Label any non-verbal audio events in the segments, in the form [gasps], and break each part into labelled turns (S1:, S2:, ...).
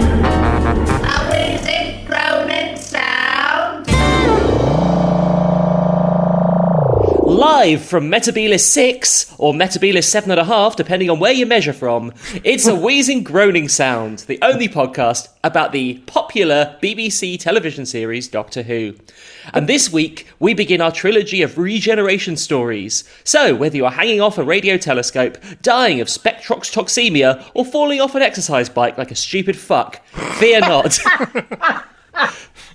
S1: How is it grown and sound?
S2: Live from Metabela 6 or Metabela 7.5, depending on where you measure from, it's a wheezing, groaning sound, the only podcast about the popular BBC television series Doctor Who. And this week, we begin our trilogy of regeneration stories. So, whether you're hanging off a radio telescope, dying of spectrotoxemia, or falling off an exercise bike like a stupid fuck, fear not.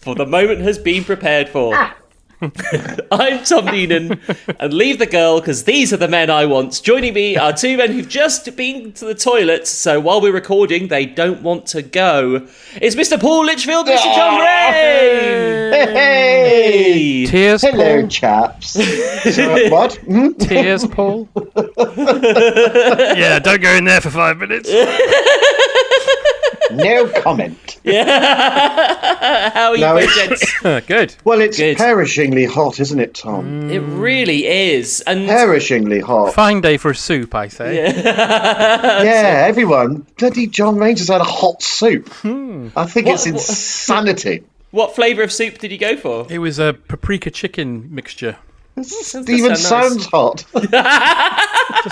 S2: For the moment has been prepared for. I'm Tom Noonan, and leave the girl because these are the men I want. Joining me are two men who've just been to the toilet, so while we're recording, they don't want to go. It's Mr. Paul Litchfield, Mr. John
S3: Ah.
S2: Ray. Hey.
S4: Tears,
S3: Hello, [laughs] chaps. Uh, what? Hmm?
S4: Paul. Tears, [laughs] Paul.
S5: Yeah, don't go in there for five minutes.
S3: No comment.
S2: How are you,
S3: No,
S2: both
S3: it's-
S2: gents?
S4: Good.
S3: Well, it's
S2: Good.
S3: perishingly hot, isn't it, Tom?
S2: It really is, and
S3: Perishingly hot.
S4: Fine day for a soup, I say.
S3: yeah, everyone. Bloody John Ranger's had a hot soup.
S2: Hmm.
S3: I think
S2: [laughs]
S3: it's insanity.
S2: what flavour of soup did you go for?
S4: It was a paprika chicken mixture.
S3: Even
S2: nice.
S3: sounds hot.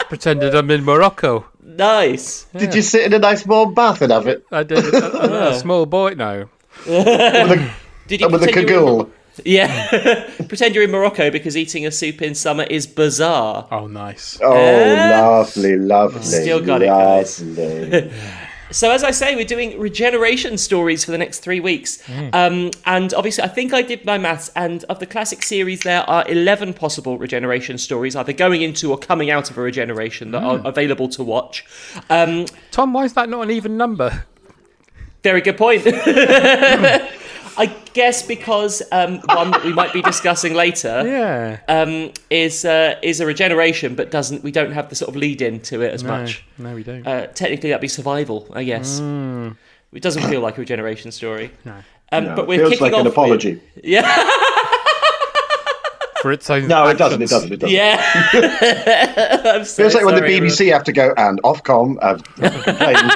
S4: Pretended I'm in Morocco.
S2: Nice.
S3: Did you sit in a nice warm bath and have it
S4: I did. I- I'm a small boy now.
S3: with a,
S2: Did you
S3: with a
S2: pretend you were in-
S3: cagoule?
S2: Yeah, [laughs] pretend you're in Morocco because eating a soup in summer is bizarre.
S4: Oh, nice.
S3: Oh, lovely, lovely.
S2: Still got it, guys.
S3: lovely.
S2: So as I say, we're doing regeneration stories for the next three weeks,
S4: Mm.
S2: um, and obviously, I think I did my maths. And of the classic series, there are eleven possible regeneration stories, either going into or coming out of a regeneration that
S4: Mm.
S2: are available to watch. Um,
S4: Tom, why is that not an even number?
S2: very good point. [laughs] I guess because um, one that we might be discussing later
S4: Yeah.
S2: um, is uh, is a regeneration, but doesn't we don't have the sort of lead in to it as
S4: no,
S2: much.
S4: no, we don't.
S2: uh, technically that'd be survival, I guess. It doesn't feel like a regeneration story. Um,
S3: No,
S2: but we're
S3: feels
S2: kicking
S3: like
S2: off
S3: an
S2: with-
S3: apology.
S4: for its own.
S3: No, it doesn't. It
S4: actions.
S3: doesn't. It doesn't.
S2: yeah. [laughs] I'm so
S3: Feels like when the
S2: sorry,
S3: BBC have to go and Ofcom have complained,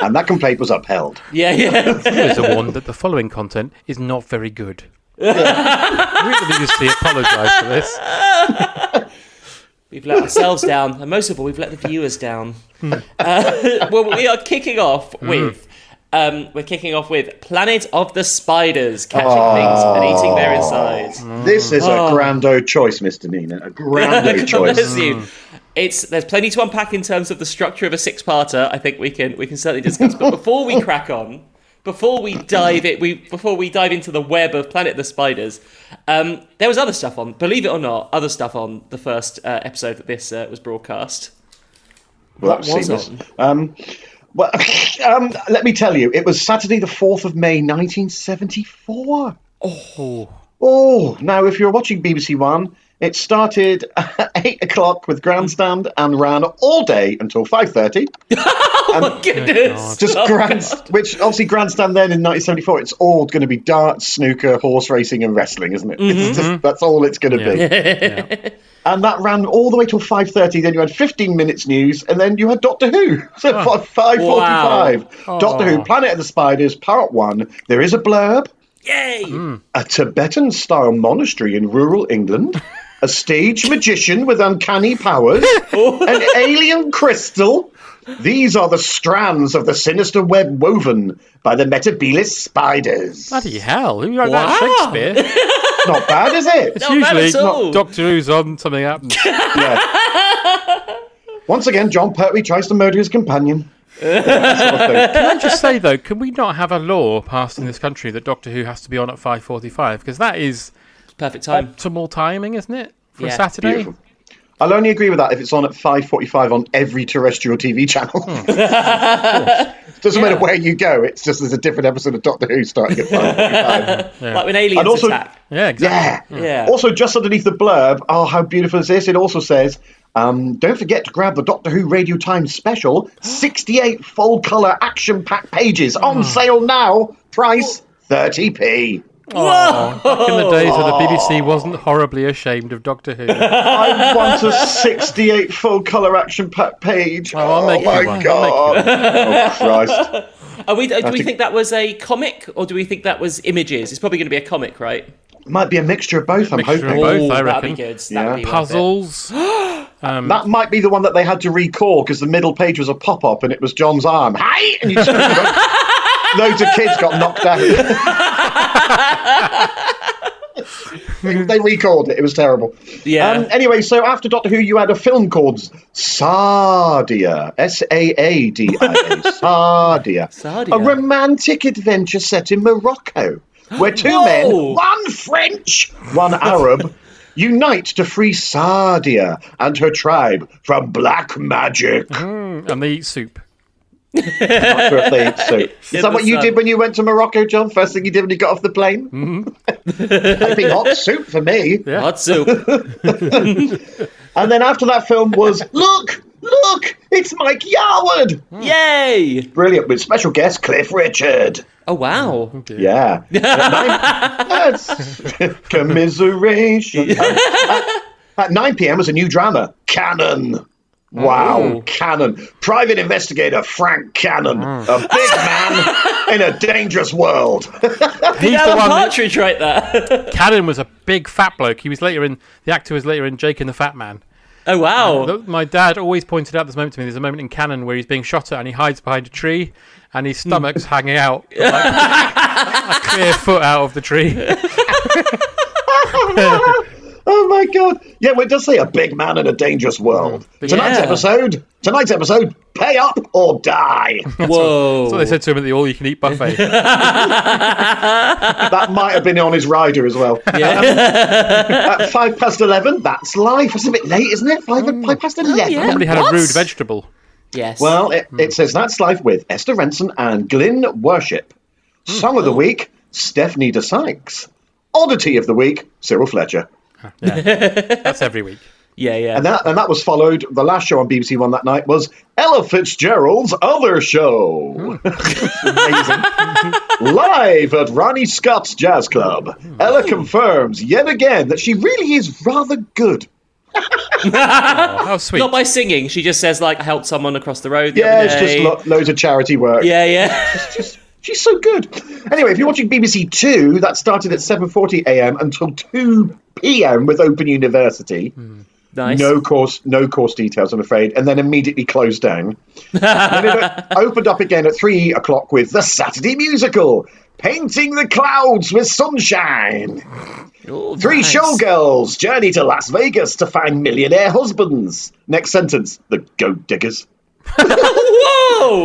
S3: and that complaint was upheld.
S2: everyone. Yeah, yeah. [laughs]
S4: Here's a warning that the following content is not very good. [laughs] we obviously apologise for this.
S2: we've let ourselves down, and most of all, we've let the viewers down. uh, [laughs] well, we are kicking off with. Um, we're kicking off with Planet of the Spiders, catching
S3: Ah.
S2: things and eating their insides.
S3: This is a grand old choice, Mr. Nina. A grand
S2: [laughs]
S3: old choice.
S2: Bless you.
S4: Mm.
S2: It's there's plenty to unpack in terms of the structure of a six-parter. I think we can we can certainly discuss. But before we crack on, before we dive it, we before we dive into the web of Planet of the Spiders, um, there was other stuff on. Believe it or not, other stuff on the first uh, episode that this uh, was broadcast. [laughs]
S3: Well,
S2: What
S3: that's
S2: was
S3: seamless.
S2: on?
S3: Um, well, [laughs] um, let me tell you, it was Saturday the 4th of May, 1974. Oh, now if you're watching BBC One, it started [laughs] at 8 o'clock with Grandstand and ran all day until 5.30.
S2: Oh my goodness!
S3: Just
S2: Oh,
S3: grand,
S2: God.
S3: which obviously Grandstand then in 1974, it's all going to be darts, snooker, horse racing, and wrestling, isn't it?
S2: Mm-hmm,
S3: It's just, that's all it's going to be. and that ran all the way till 5.30 then you had 15 minutes news and then you had doctor who [laughs] so oh. 5.45 doctor who planet of the spiders part 1 there is a blurb
S2: Yay!
S4: Mm.
S3: a tibetan style monastery in rural england a stage magician with uncanny powers an alien crystal these are the strands of the sinister web woven by the metabelis spiders
S4: Bloody hell! Who wrote
S2: Wow.
S4: that Shakespeare?
S3: not bad is it
S2: Not bad
S4: [laughs] Usually,
S2: at all.
S4: Doctor Who's on, something happens.
S3: Yeah. Once again, John Pertwee tries to murder his companion. That sort of thing.
S4: Can I just say though, can we not have a law passed in this country that Doctor Who has to be on at five forty-five? Because that is
S2: Perfect time.
S4: optimal timing, isn't it, for
S2: Yeah.
S4: a Saturday?
S3: Beautiful. I'll only agree with that if it's on at 5:45 on every terrestrial TV channel. [laughs] Doesn't matter where you go; it's just there's a different episode of Doctor Who starting at 5:45.
S2: Like when aliens
S3: And also-
S2: attack.
S4: Yeah, exactly.
S3: yeah.
S2: Yeah.
S3: Also, just underneath the blurb, oh, how beautiful is this? It also says, um, don't forget to grab the Doctor Who Radio Time
S4: [gasps]
S3: special, 68 full colour action packed pages
S4: Hmm.
S3: on sale now, price 30p.
S4: Back in the
S2: Oh.
S4: days where the BBC wasn't horribly ashamed of
S3: [laughs]
S4: Doctor Who. I'll
S3: I want a 68 full colour action packed page. Oh,
S4: I'll make you
S3: my
S4: one. I'll
S3: God. Oh, Christ.
S2: Are we, do we
S3: to-
S2: think that was a comic or do we think that was images? It's probably going to be a comic, right?
S3: Might be a mixture of both, I'm
S4: Mixture of
S3: hoping.
S4: both. I
S2: that'd be
S4: reckon.
S2: good. That'd
S3: Yeah.
S2: be worth it. [gasps]
S4: Puzzles.
S2: Um,
S3: That might be the one that they had to recall because the middle page was a pop up and it was John's arm. Hi! And you just
S2: [laughs]
S3: loads of kids got knocked out. They- they recalled it. It was terrible.
S2: Yeah.
S3: Um, anyway, so after Doctor Who, you had a film called Sardia. S A A D
S2: [laughs]
S3: I A. Sardia.
S2: Sardia.
S3: A romantic adventure set in Morocco where two
S2: Whoa.
S3: men, one French, one Arab, unite to free Sardia and her tribe from black magic.
S4: and they eat soup.
S3: Not sure if they eat soup. Is that what you
S2: sun.
S3: did when you went to Morocco, John? First thing you did when you got off the plane? Mm-hmm. [laughs] That'd be hot soup for me.
S2: Hot
S4: [laughs]
S2: soup.
S3: And then after that film was Look, Look, it's Mike Yarwood!
S2: Yay!
S3: Brilliant, with special guest Cliff Richard.
S2: Oh, wow.
S3: Yeah. That's commiseration. at, at 9 pm was a new drama, Cannon. Wow, Cannon. Private investigator Frank Cannon, a big man in a dangerous world. [laughs]
S4: He's the
S2: Alan
S4: one. that-
S2: Partridge right there. [laughs]
S4: Cannon was a big fat bloke. He was later in the actor was later in Jake and the Fat Man.
S2: Oh, wow.
S4: Th- My dad always pointed out this moment to me. There's a moment in Cannon where he's being shot at and he hides behind a tree and his stomach's hanging out like, [laughs] a clear foot out of the tree.
S3: Oh my god! Yeah, well, it does say a big man in a dangerous world. Tonight's
S2: Yeah.
S3: episode. Tonight's episode. Pay up or die.
S2: Whoa.
S4: So they said to him at the all-you-can-eat [laughs] buffet.
S3: that might have been on his rider as well. Um, At five past eleven. That's life. It's a bit late, isn't it? Five, five past eleven.
S2: yeah.
S4: Somebody had
S2: What?
S4: a rude vegetable.
S2: yes.
S3: Well, it, it says that's life with Esther Renson and Glyn Worship. Song of the week: Stephanie De Sykes. Oddity of the week: Cyril Fletcher.
S4: That's every week.
S2: yeah, yeah.
S3: And that, and that was followed. The last show on BBC One that night was Ella Fitzgerald's other show. Amazing. [laughs] Live at Ronnie Scott's Jazz Club, Ella confirms yet again that she really is rather good.
S4: Oh, how sweet.
S2: Not by singing. She just says, like, I helped someone across the road. The
S3: Yeah,
S2: other
S3: it's just
S2: day.
S3: lo- loads of charity work.
S2: Yeah, yeah. [laughs]
S3: Just- she's so good. Anyway, if you're watching BBC Two, that started at 7:40 a.m. until 2 p.m. with Open University.
S2: nice.
S3: No course, no course details, I'm afraid, and then immediately closed down. then it uh, opened up again at three o'clock with the Saturday musical, painting the clouds with sunshine.
S2: Oh,
S3: Three
S2: nice.
S3: showgirls journey to Las Vegas to find millionaire husbands. Next sentence: the goat diggers.
S2: Whoa!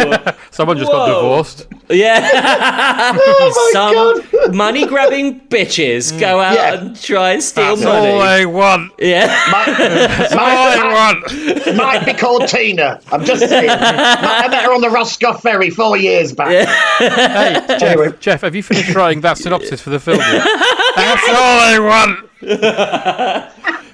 S4: Someone just got
S2: Whoa.
S4: divorced.
S2: Yeah.
S3: [laughs] Oh my
S2: Some
S3: god! [laughs]
S2: money grabbing bitches go out
S3: Yeah.
S2: and try and steal
S3: That's
S2: money.
S4: All I want.
S2: Yeah.
S3: [laughs] might, might,
S4: All I want.
S3: might, might be called Tina. I'm just saying. I met her on the Roscoff Ferry four years back.
S4: Hey,
S3: Anyway.
S4: Jeff, Jeff, have you finished writing that synopsis for the film? [laughs] yet? That's all I [laughs]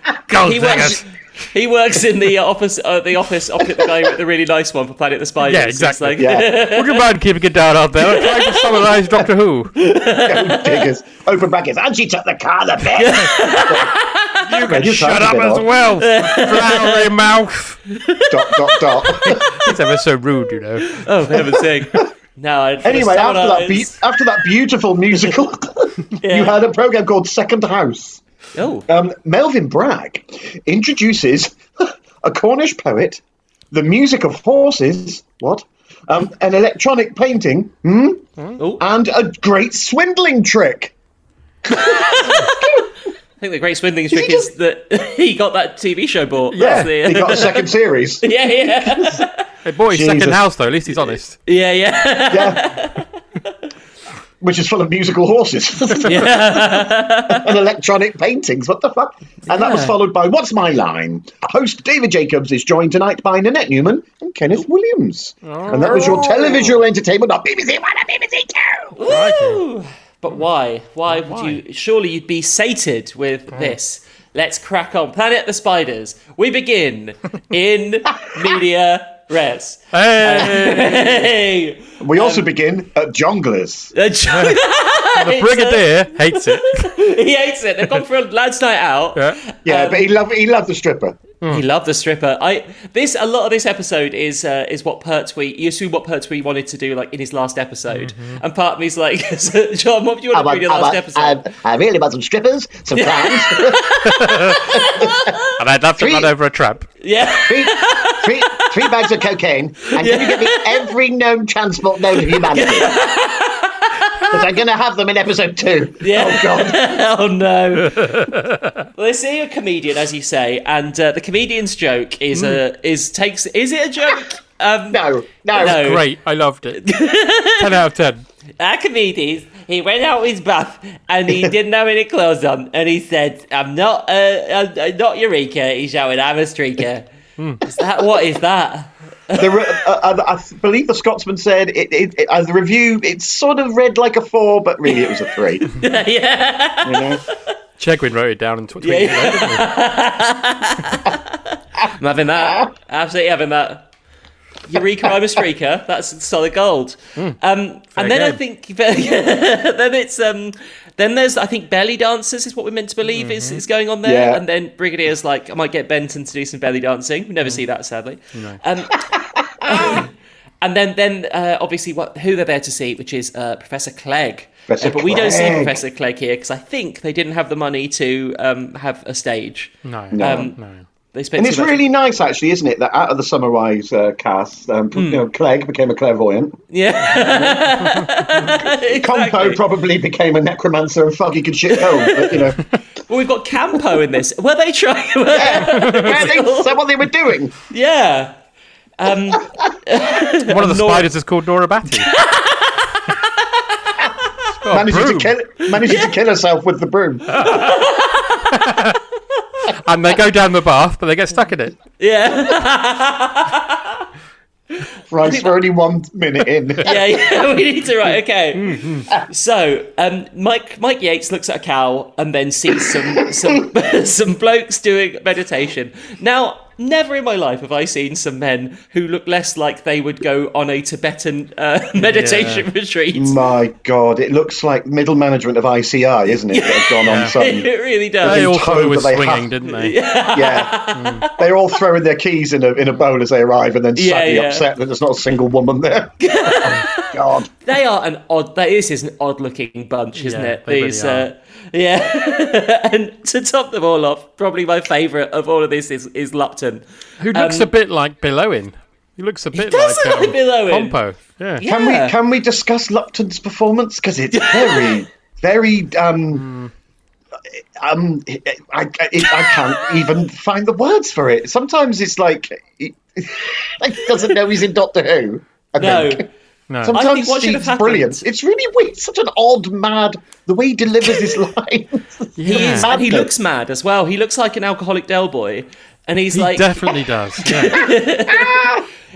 S4: want. Gold
S2: He works.
S4: diggers.
S2: He works in the office. Uh, the office opposite the guy with the really nice one for Planet the Spiders.
S4: Yeah,
S2: It's
S4: exactly.
S2: like-
S3: Yeah.
S4: Would you mind keeping it down out there? I'm trying to summarise Doctor Who.
S3: [laughs] Diggers. Open brackets. And she took the car the best.
S4: You can
S3: just
S4: shut
S3: sounds a
S4: up
S3: bit
S4: as
S3: odd.
S4: well. Flowery mouth.
S3: [laughs] dot, dot, dot.
S4: It's ever so rude, you know.
S2: Oh, for heaven's sake.
S3: [laughs]
S2: No. I-
S3: Anyway,
S2: someone
S3: after that,
S2: else-
S3: be- after that beautiful musical, [laughs] you had a program called Second House.
S2: Oh.
S3: Um, Melvin Bragg introduces [laughs] a Cornish poet, the music of horses, what? Um, an electronic painting, hmm?
S2: Oh.
S3: and a great swindling trick.
S2: think the great swindling trick is that [laughs] he got that TV show bought.
S3: Yeah,
S2: That's the-
S3: he
S2: [laughs]
S3: got a second series.
S2: yeah, yeah,
S4: Hey, boy, his second
S3: Jesus.
S4: house though. At least he's honest.
S2: yeah, yeah.
S3: Yeah. Which is full of musical horses [laughs] and electronic paintings. What the fuck? And that was followed by What's My Line? Host David Jacobs is joined tonight by Nanette Newman and Kenneth Williams. And that was your televisual entertainment on BBC One and BBC Two.
S2: Woo! But why? Why would you? Surely you'd be sated with this. Let's crack on. Planet the Spiders. We begin in [laughs] media res.
S4: Hey,
S2: Hey!
S3: We also begin at Jonglers.
S2: The jo-
S4: the brigadier hates it.
S2: [laughs] he hates it. They've gone for a lads' night out.
S4: Yeah.
S3: Yeah, Uh, but he loved he loved the stripper.
S2: He loved the stripper. I this a lot of this episode is uh, is what Pertwee. You assume what Pertwee wanted to do, like in his last episode. And part of me's like, [laughs] so, John, what do you want to do in your
S3: I,
S2: last episode?
S6: um,
S3: I really want some strippers, some clowns,
S4: And I'd love to run over a tramp.
S2: yeah,
S3: three,
S2: [laughs]
S3: three, three bags of cocaine, and can you give me every known transport known to humanity?
S2: [laughs]
S3: Because I'm going to have them in episode two.
S2: yeah.
S3: Oh,
S2: [laughs]
S3: God.
S2: oh no. well, they see a comedian, as you say, and uh, the comedian's joke is a is takes. Is it a joke? Um,
S3: No, no.
S2: No.
S4: Great, I loved it. ten out of ten.
S2: Archimedes, he went out with his bath and he didn't have any clothes on, and he said, "I'm not, uh, I'm, I'm not Eureka." He shouted, "I'm a streaker." Is that what is that?
S3: [laughs]
S2: [laughs]
S3: The re- uh, uh, I believe the Scotsman said it, it, it, as the review, it sort of read like a four, but really it was a three. you
S2: yeah,
S3: know?
S4: Chegwin wrote it down and tw- tweeted
S2: Yeah,
S4: it. didn't he?
S2: I'm having
S3: Ah.
S2: that. Absolutely having that. Eureka, I'm a streaker. That's solid gold.
S3: Hmm.
S2: um, and then I think [laughs] then it's um, then there's I think belly dancers is what we're meant to believe is, is going on there.
S3: Mm-hmm. Yeah.
S2: And then Brigadier's like, I might get Benton to do some belly dancing. We never
S3: Mm.
S2: see that sadly. Um,
S3: [laughs]
S2: and then then uh, obviously what who they're there to see, which is uh, Professor Clegg.
S3: Professor
S2: Uh, but we don't see
S3: Clegg.
S2: Professor Clegg here because I think they didn't have the money to um, have a stage.
S4: No,
S2: Um,
S4: no.
S2: They spent
S3: And
S2: too
S3: it's
S2: much-
S3: really nice, actually, isn't it, that out of the Summerwise uh, cast, um, you know, Clegg became a clairvoyant.
S2: Hmm. Yeah.
S3: Compo
S2: Exactly.
S3: probably became a necromancer and Foggy could shit home, but,
S2: [laughs]
S3: you know.
S2: Well, we've got Campo in this. Were they trying? [laughs]
S3: Yeah, they said what they were doing.
S2: yeah. Um,
S4: One of the
S2: Nora-
S4: spiders is called Nora Batty.
S2: Oh,
S3: Manages to
S4: broom.
S3: kill manages to kill herself with the broom.
S2: [laughs]
S4: and they go down the bath, but they get stuck in it.
S2: yeah.
S3: Right, we're only one minute
S2: [laughs]
S3: in.
S2: Yeah. Yeah. We need to right. Okay. So, um, Mike Mike Yates looks at a cow and then sees some [laughs] some some blokes doing meditation. Now. Never in my life have I seen some men who look less like they would go on a Tibetan uh, [laughs] meditation [laughs] retreat.
S3: My God, it looks like middle management of ICI, isn't it? That have gone
S2: [laughs]
S3: on some.
S2: It really does.
S4: They
S3: Been
S4: also
S3: told
S4: were
S3: that they
S4: swinging,
S3: have-
S4: didn't they?
S3: Yeah, they're all throwing their keys in a in a bowl as they arrive, and then
S2: Yeah,
S3: sadly
S2: yeah.
S3: upset that there's not a single woman there. [laughs] Oh, God,
S2: They are an odd. That this is an odd-looking bunch, isn't
S4: Yeah,
S2: it?
S4: they really
S2: These, uh, yeah. [laughs] and to top them all off, probably my favourite of all of this is is Lupton.
S4: Who looks a bit like Bill Owen. He looks a bit
S2: does
S4: like, um,
S2: look like Bill Owen.
S4: Pompo. Yeah.
S3: can
S2: Yeah.
S3: we can we discuss Lupton's performance because it's
S2: [laughs]
S3: very very
S2: Hmm.
S3: um. Um, I, I, I can't even find the words for it. Sometimes it's like he, [laughs] like he doesn't know he's in Doctor Who. I
S2: No,
S3: think.
S4: No.
S3: Sometimes
S2: I think what should
S3: Steve's
S2: have happened-
S3: brilliant. It's really weird. Such an odd, mad the way he delivers his [laughs] lines.
S2: he
S4: Yeah.
S2: is, and he
S3: Madness.
S2: looks mad as well. He looks like an alcoholic Del boy, and he's
S4: He
S2: like,
S4: definitely does. Yeah.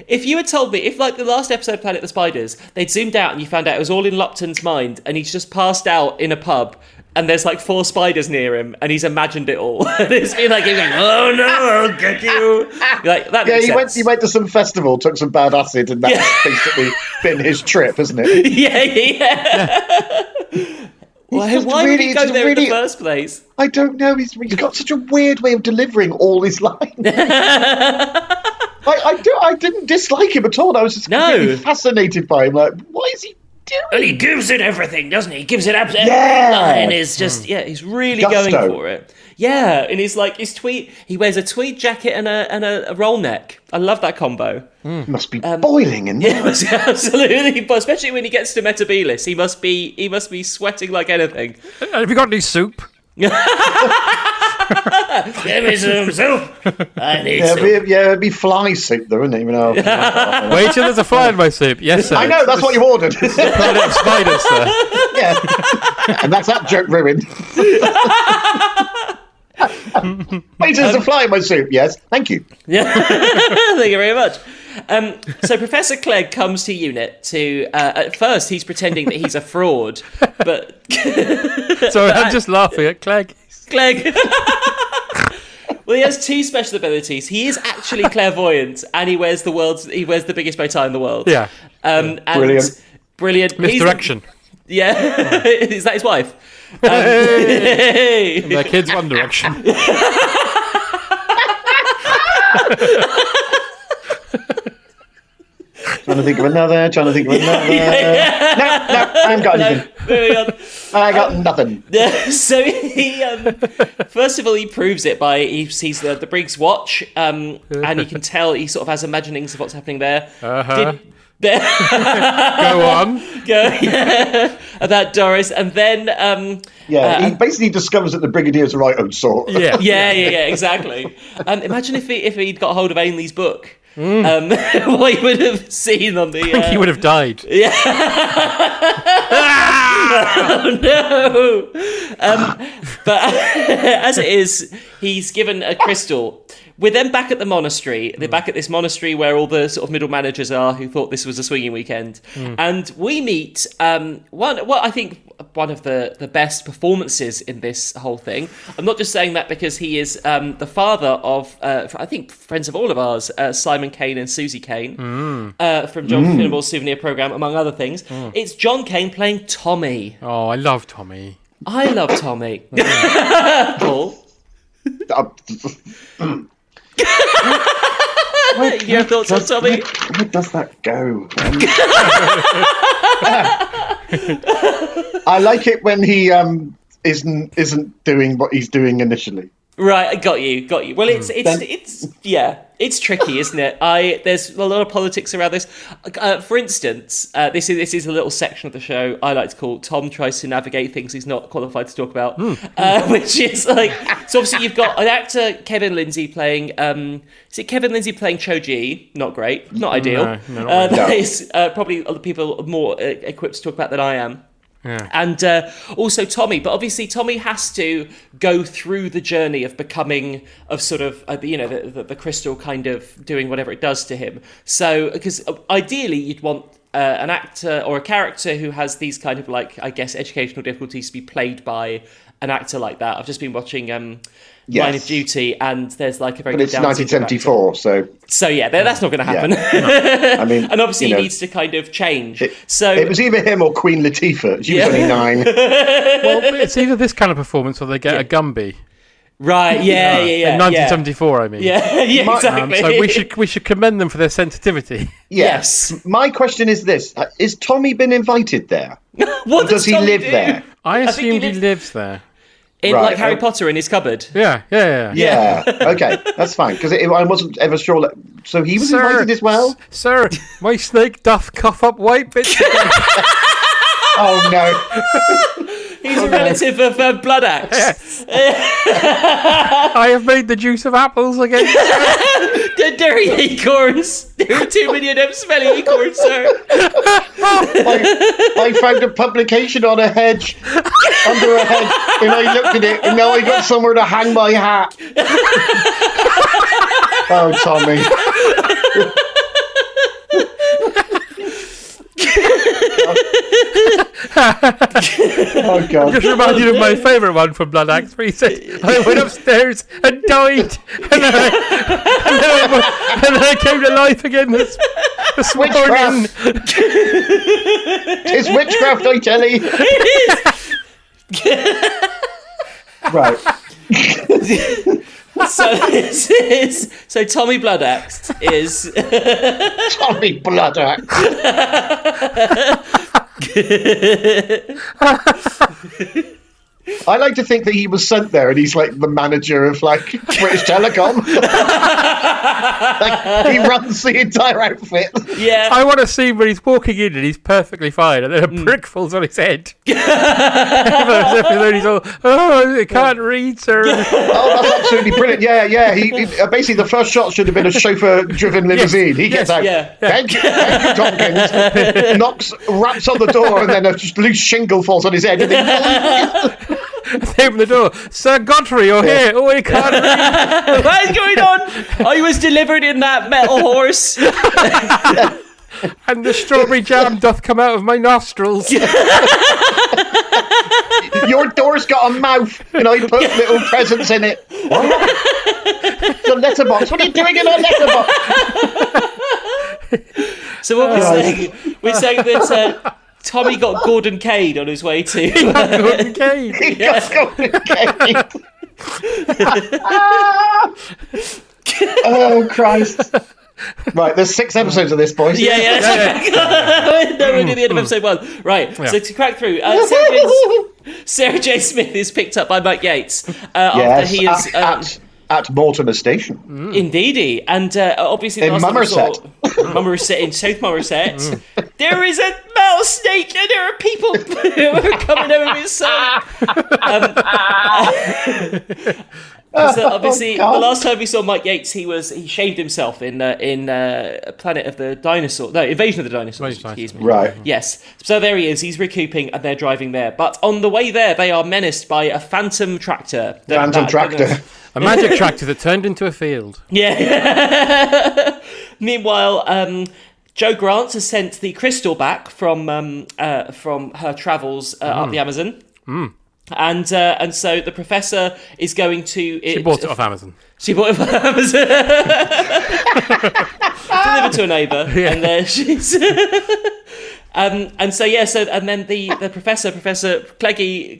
S2: if you had told me, if like the last episode of Planet of the Spiders, they'd zoomed out and you found out it was all in Lupton's mind, and he's just passed out in a pub. And there's like four spiders near him, and he's imagined it all. [laughs] and it's been like, he's going, "Oh no, I'll get you!" Like that.
S3: yeah,
S2: makes
S3: he went.
S2: sense.
S3: He went to some festival, took some bad acid, and that's basically been his trip, isn't
S2: [laughs]
S3: it?
S2: yeah, yeah. why
S3: just
S2: why would he
S3: really-
S2: go
S3: just
S2: there in the
S3: really- Oh
S2: first place?
S3: I don't know. He's, he's got such a weird way of delivering all
S2: [laughs]
S3: his lines. I, I, do, I didn't dislike him at all. I was just
S2: No.
S3: completely fascinated by him. Like, what is he doing?
S2: Well, he gives it everything, doesn't he? He gives it absolutely
S3: Yeah.
S2: line is just yeah, he's really
S3: Gusto.
S2: going for it. Yeah, and he's like his tweet. He wears a tweed jacket and a and a, a roll neck. I love that combo. [laughs]
S3: He must be
S2: Um,
S3: boiling in there.
S2: It was absolutely, [laughs] but [laughs] especially when he gets to Metabilis, he must be he must be sweating like anything.
S4: Have you got any soup?
S2: Give me some soup. [laughs] I need
S3: Yeah,
S2: some.
S3: it'd be, yeah, it'd be fly soup, though, wouldn't it? You know,
S4: Wait till there's a fly in my soup. Yes, sir.
S3: I know, that's what you ordered.
S2: [laughs]
S4: Not of spiders, sir.
S3: yeah. And that's that joke ruined. Wait, there's
S2: Um,
S3: a fly in my soup, yes. Thank you.
S2: Thank you very much. Um, so Professor Clegg comes to unit to. Uh, at first, he's pretending that he's a fraud, but
S4: Sorry, I'm just laughing at Clegg.
S2: Clegg. [laughs] well, he has two special abilities. He is actually clairvoyant, and he wears the world's. He wears the biggest bow tie in the world.
S4: Yeah.
S2: Um, and
S3: Brilliant.
S2: Brilliant. He's-
S4: Misdirection.
S2: yeah. [laughs] is that his wife? Um,
S4: Their kids one direction.
S3: Trying to think of another, trying to think of
S2: [laughs]
S3: another. No, no, I haven't got anything.
S2: [laughs] Moving on.
S3: I got nothing.
S2: Uh, so he um, first of all he proves it by he sees the, the Briggs watch, um, and he can tell he sort of has imaginings of what's happening there.
S4: Uh-huh.
S2: Did- [laughs] there-
S4: [laughs] Go on.
S2: go- [laughs] yeah, about Doris, and then um,
S3: Yeah,
S2: Uh,
S3: he basically discovers that the Brigadier's a right old sort.
S4: Yeah.
S2: [laughs] yeah, yeah,
S4: [laughs]
S2: yeah, exactly. Um, imagine if he if he'd got hold of Ainley's book, um, [laughs] what he would have seen on the.
S4: I Hmm. [laughs] think he
S2: uh,
S4: would have died.
S2: Oh, no. Um, but [laughs] as it is, he's given a crystal. We're then back at the monastery. They're back at this monastery where all the sort of middle managers are who thought this was a swinging weekend, and we meet um, one. Well, I think one of the the best performances in this whole thing. I'm not just saying that because he is um, the father of uh, I think friends of all of ours, uh, Simon Kane and Susie Kane uh, from John Finnibal's souvenir program, among other things. It's John Kane playing Tommy.
S4: Oh, I love Tommy.
S2: I love Tommy. [laughs] Paul,
S3: Uh,
S2: you have thoughts on Tommy?
S3: Where does
S2: [laughs]
S3: that go? Um, I like it when he um, isn't isn't doing what he's doing initially.
S2: Right, I got you, got you. Well, it's
S4: Hmm.
S2: it's it's yeah, it's tricky, isn't it? I there's a lot of politics around this. Uh, for instance, uh, this is this is a little section of the show I like to call "Tom tries to navigate things he's not qualified to talk about,"
S4: Hmm.
S2: uh, [laughs] which is like so. Obviously, you've got an actor Kevin Lindsay playing. Um, is it Kevin Lindsay playing Choji? Not great, not ideal.
S4: Mm, No, no, not
S2: uh, [laughs]
S4: really.
S2: that is uh, probably other people more uh, equipped to talk about than I am. and uh, also Tommy. But obviously, Tommy has to go through the journey of becoming of sort of uh, you know the, the, the crystal kind of doing whatever it does to him. So because ideally, you'd want. Uh, an actor or a character who has these kind of like I guess educational difficulties to be played by an actor like that. I've just been watching um, Line
S3: Yes.
S2: of Duty, and there's like a very
S3: But
S2: good
S3: it's
S2: Down syndrome actor.
S3: 1974, so
S2: So yeah, that- that's not going to happen. [laughs]
S3: I mean,
S2: and obviously,
S3: you know,
S2: he needs to kind of change.
S3: it-
S2: so
S3: It was either him or Queen Latifah. She was
S2: Yeah.
S3: only nine.
S2: [laughs]
S4: Well, it's either this kind of performance or they get a Gumby.
S2: right, yeah, yeah, yeah.
S4: In 1974, I mean.
S2: Yeah, [laughs] yeah,
S4: Um,
S2: exactly.
S4: so we should we should commend them for their sensitivity.
S2: [laughs] Yes.
S3: My question is this: uh, Is Tommy been invited there?
S2: What
S3: Does he
S2: Tom
S3: live
S2: do?
S3: there?
S4: I
S2: think he
S4: assumed he,
S2: lives-
S4: lives there.
S2: In
S3: Right,
S2: like Harry
S3: um,
S2: Potter in his cupboard.
S4: Yeah, yeah, yeah.
S3: Yeah. okay, that's fine because I wasn't ever sure. That, so he was invited as well.
S4: Sir, my snake doth cough up white bits.
S3: Oh no!
S2: He's a relative of uh, Blood Axe.
S4: [laughs] I have made the juice of apples again.
S2: They're dirty acorns. [laughs] There are too many of them smelly acorns, sir.
S3: I, I found a publication on a hedge, under a hedge, and I looked at it, and now I got somewhere to hang my hat. oh, Tommy. oh God!
S4: Just reminded of my favourite one from Blood Axe, where he said, "I went upstairs and died, and then I, and then I, and then I came to life again this, this morning."
S3: Witchcraft. It's witchcraft, I tell you.
S2: It
S3: Right.
S2: is. So this is. So Tommy Blood Axe is. [laughs]
S3: Tommy Blood Axe. I like to think that he was sent there and he's like the manager of like British Telecom. like, he runs the entire outfit.
S2: Yeah.
S4: I want to see when he's walking in and he's perfectly fine, and then a brick falls on his head. [laughs] and then he's all, oh, I can't read, sir.
S3: Oh, that's absolutely brilliant. Yeah, yeah. He, he- uh, basically the first shot should have been a chauffeur-driven limousine. he gets
S4: yes,
S3: out.
S2: yeah,
S3: Thank you, thank you, Tompkins. Knocks, raps on the door, and then a sh- loose shingle falls on his head. And he,
S4: They open the door. Sir Godfrey, you're here. Oh, he can't read.
S2: what is going on? I was delivered in that metal horse.
S4: And the strawberry jam doth come out of my nostrils.
S3: Your door's got a mouth, and I put little presents in it. What? the letterbox. What are you doing in our letterbox?
S2: So what we're saying, we're saying that uh, Tommy got Gordon Cade on his way to. [laughs]
S4: Gordon Kane.
S3: He just got okay. [laughs] oh Christ! Right, there's six episodes of this, boys.
S2: Yeah, yeah. [laughs] no, we're near the end of episode one. Right, so to crack through, uh, Sarah, J, Sarah J. Smith is picked up by Mike Yates uh,
S3: Yes,
S2: after he is
S3: at,
S2: uh,
S3: at, at Mortimer Station.
S2: indeedy, and uh, obviously the
S3: In
S2: last time we saw-
S3: Mummerset.
S2: Mummerset in South Mummerset, there is a rattlesnake and there are people [laughs] who are coming over his son.
S3: [laughs]
S2: Um, so obviously,
S3: Oh, God.
S2: the last time we saw Mike Yates, he was he shaved himself in uh, in uh, Planet of the Dinosaur, no Invasion of the Dinosaurs.
S4: Invasion of
S2: Excuse me.
S3: Right.
S2: Yes. So there he is. He's recouping, and they're driving there. But on the way there, they are menaced by a phantom tractor. That-
S3: Phantom
S2: that-
S3: Tractor.
S4: A magic tractor that turned into a field.
S2: Yeah. [laughs] Meanwhile, um, Joe Grant has sent the crystal back from um, uh, from her travels uh, up the Amazon. And uh, and so the professor is going to.
S4: He bought it off Amazon.
S2: She bought it from Amazon. Delivered to a neighbour, and there she's. um, and so yeah, so and then the, the professor, Professor Cleggy,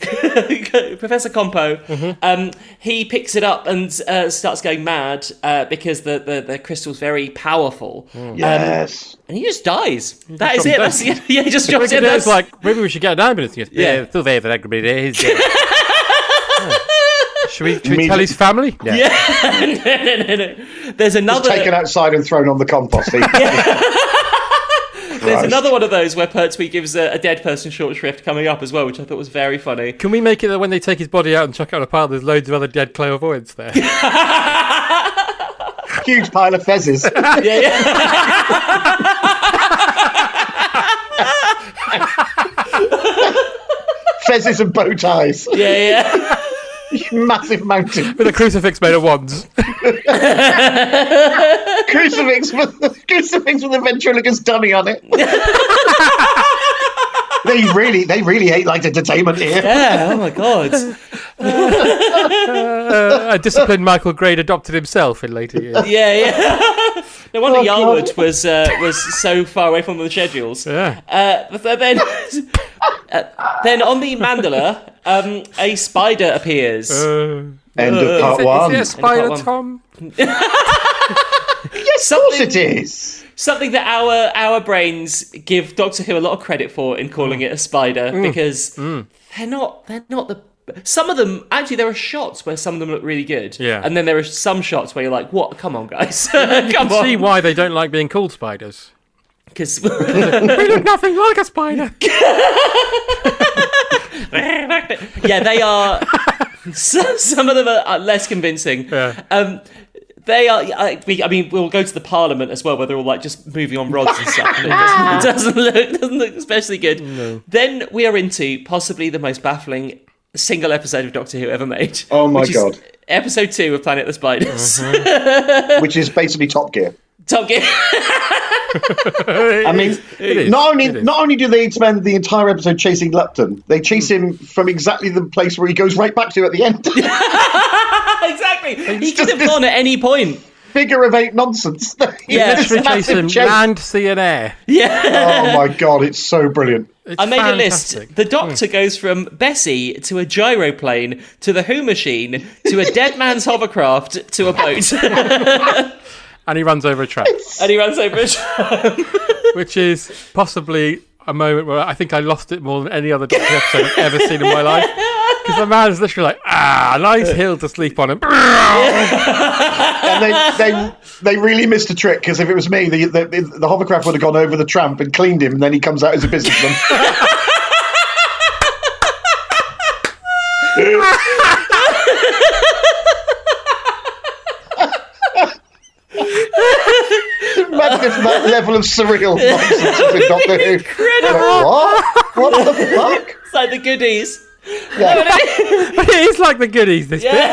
S2: [laughs] Professor Compo, um, he picks it up and uh, starts going mad uh, because the, the the crystal's very powerful,
S3: Yes.
S2: and he just dies. That is
S4: drops
S2: it.
S4: dead.
S2: That's, [laughs] yeah, yeah, he just drops
S4: It
S2: it.
S4: was
S2: That's
S4: like, maybe we should get an ambulance. He goes,
S2: Yeah.
S4: yeah, it's still there for that. He's dead. [laughs] Yeah. Should we, should we tell
S3: Immediately-
S4: his family? Yeah.
S2: [laughs] no, no, no, no. There's another.
S3: taken outside and thrown on the compost
S2: [laughs]
S3: heap.
S2: There's another one of those where Pertwee gives a, a dead person short shrift coming up as well, which I thought was very funny.
S4: Can we make it that when they take his body out and chuck it on a pile, there's loads of other dead clairvoyants
S2: [laughs]
S4: there?
S3: huge pile of
S2: [laughs]
S3: fezzes.
S2: Yeah, yeah.
S3: fezzes and bow ties.
S2: Yeah, yeah.
S3: Massive mountain.
S4: With a crucifix made of
S2: [laughs]
S4: wands.
S3: Crucifix with, [laughs] crucifix with a ventriloquist dummy on it. [laughs] they really they really hate light entertainment here.
S2: Yeah, [laughs] oh my god.
S4: Uh, a disciplined Michael Grade adopted himself in later years.
S2: Yeah, yeah. No wonder
S3: Oh, God.
S2: Yarwood was uh, was so far away from the schedules.
S4: Yeah.
S2: Uh, but then, [laughs] uh, then on the mandala, um, a spider appears.
S4: Uh,
S3: End
S2: Uh,
S3: of part
S4: is, it-
S3: one.
S4: is it a spider,
S2: one.
S4: Tom?
S3: of course it is.
S2: something that our our brains give Doctor Who a lot of credit for in
S3: Mm.
S2: calling it a spider because they're not they're not the some of them actually there are shots where some of them look really good
S4: Yeah.
S2: and then there are some shots where you're like what come on guys [laughs] come [laughs]
S4: See
S2: on
S4: why they don't like being called spiders.
S2: [laughs] because
S4: We look nothing like
S2: [laughs]
S4: a spider.
S2: yeah they are some, some of them are, are less convincing
S4: Yeah.
S2: um they are. I we- I mean, we'll go to the Parliament as well, where they're all like just moving on rods and stuff. And it, just, [laughs] it doesn't look doesn't look especially good. Then we are into possibly the most baffling single episode of Doctor Who ever made.
S3: Oh my
S2: which is
S3: God.
S2: episode two of Planet of the Spiders.
S3: Which is basically Top Gear.
S2: [laughs] Top Gear. [laughs]
S3: I mean,
S4: is,
S3: not only
S4: it is.
S3: not only do they spend the entire episode chasing Lupton, they
S4: Hmm.
S3: chase him from exactly the place where he goes right back to at the
S4: [laughs]
S3: end.
S2: exactly. He could have gone at any point.
S3: Figure of eight nonsense. [laughs]
S2: Yeah.
S3: This
S4: Literally
S2: [laughs]
S4: chase
S3: massive
S4: them
S3: chase.
S4: land, sea, and air.
S2: Yeah.
S3: Oh my god, it's so brilliant.
S4: It's
S2: I made a
S4: fantastic.
S2: list. The Doctor goes from Bessie to a gyroplane to the Who machine to a dead [laughs] man's hovercraft to a boat, [laughs] and
S4: And he runs over
S2: [laughs]
S4: a track,
S2: he runs over [laughs] a.
S4: which is possibly a moment where I think I lost it more than any other Doctor episode I've ever seen in my life. Because the man's literally like, ah, nice hill to sleep on. And [laughs]
S3: And they, they, they really missed a trick because if it was me, the, the, the hovercraft would have gone over the tramp and cleaned him, and then he comes out as a businessman. Imagine if that level of surreal nonsense was in Doctor Who.
S2: Incredible.
S3: What? What the fuck?
S2: It's like the goodies.
S3: Yeah.
S4: it is like the goodies, this bit.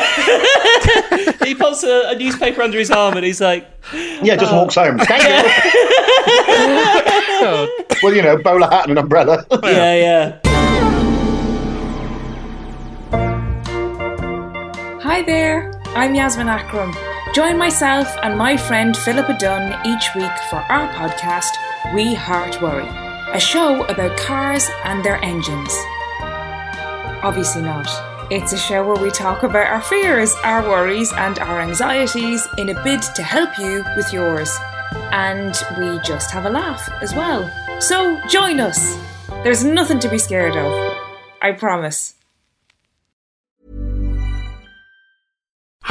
S2: He pops a, a newspaper under his arm and he's like,
S3: yeah, just walks home. Thank you.
S4: Oh,
S3: Well, you know, bowler hat and an umbrella.
S2: yeah, yeah.
S5: Hi there, I'm Yasmin Akram. Join myself and my friend Philippa Dunn each week for our podcast, We Heart Worry, a show about cars and their engines. Obviously not. It's a show where we talk about our fears, our worries, and our anxieties in a bid to help you with yours. And we just have a laugh as well. So join us. There's nothing to be scared of. I promise.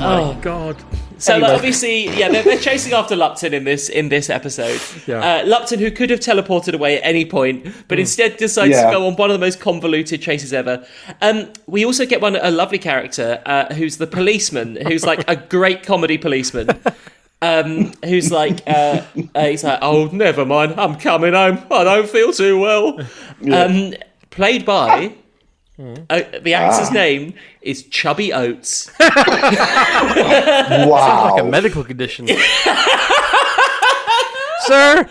S4: Oh my God.
S2: So like, obviously, yeah, they're, they're chasing after Lupton in this in this episode.
S4: Yeah.
S2: Uh, Lupton, who could have teleported away at any point, but instead decides
S3: Yeah.
S2: to go on one of the most convoluted chases ever. Um, we also get one a lovely character uh, who's the policeman, who's like a great comedy policeman. Um, who's like, uh, uh, he's like, oh, never mind, I'm coming home. I don't feel too well. Um, played by uh, the actor's name is Chubby Oates.
S3: Wow.
S4: a medical condition. sir,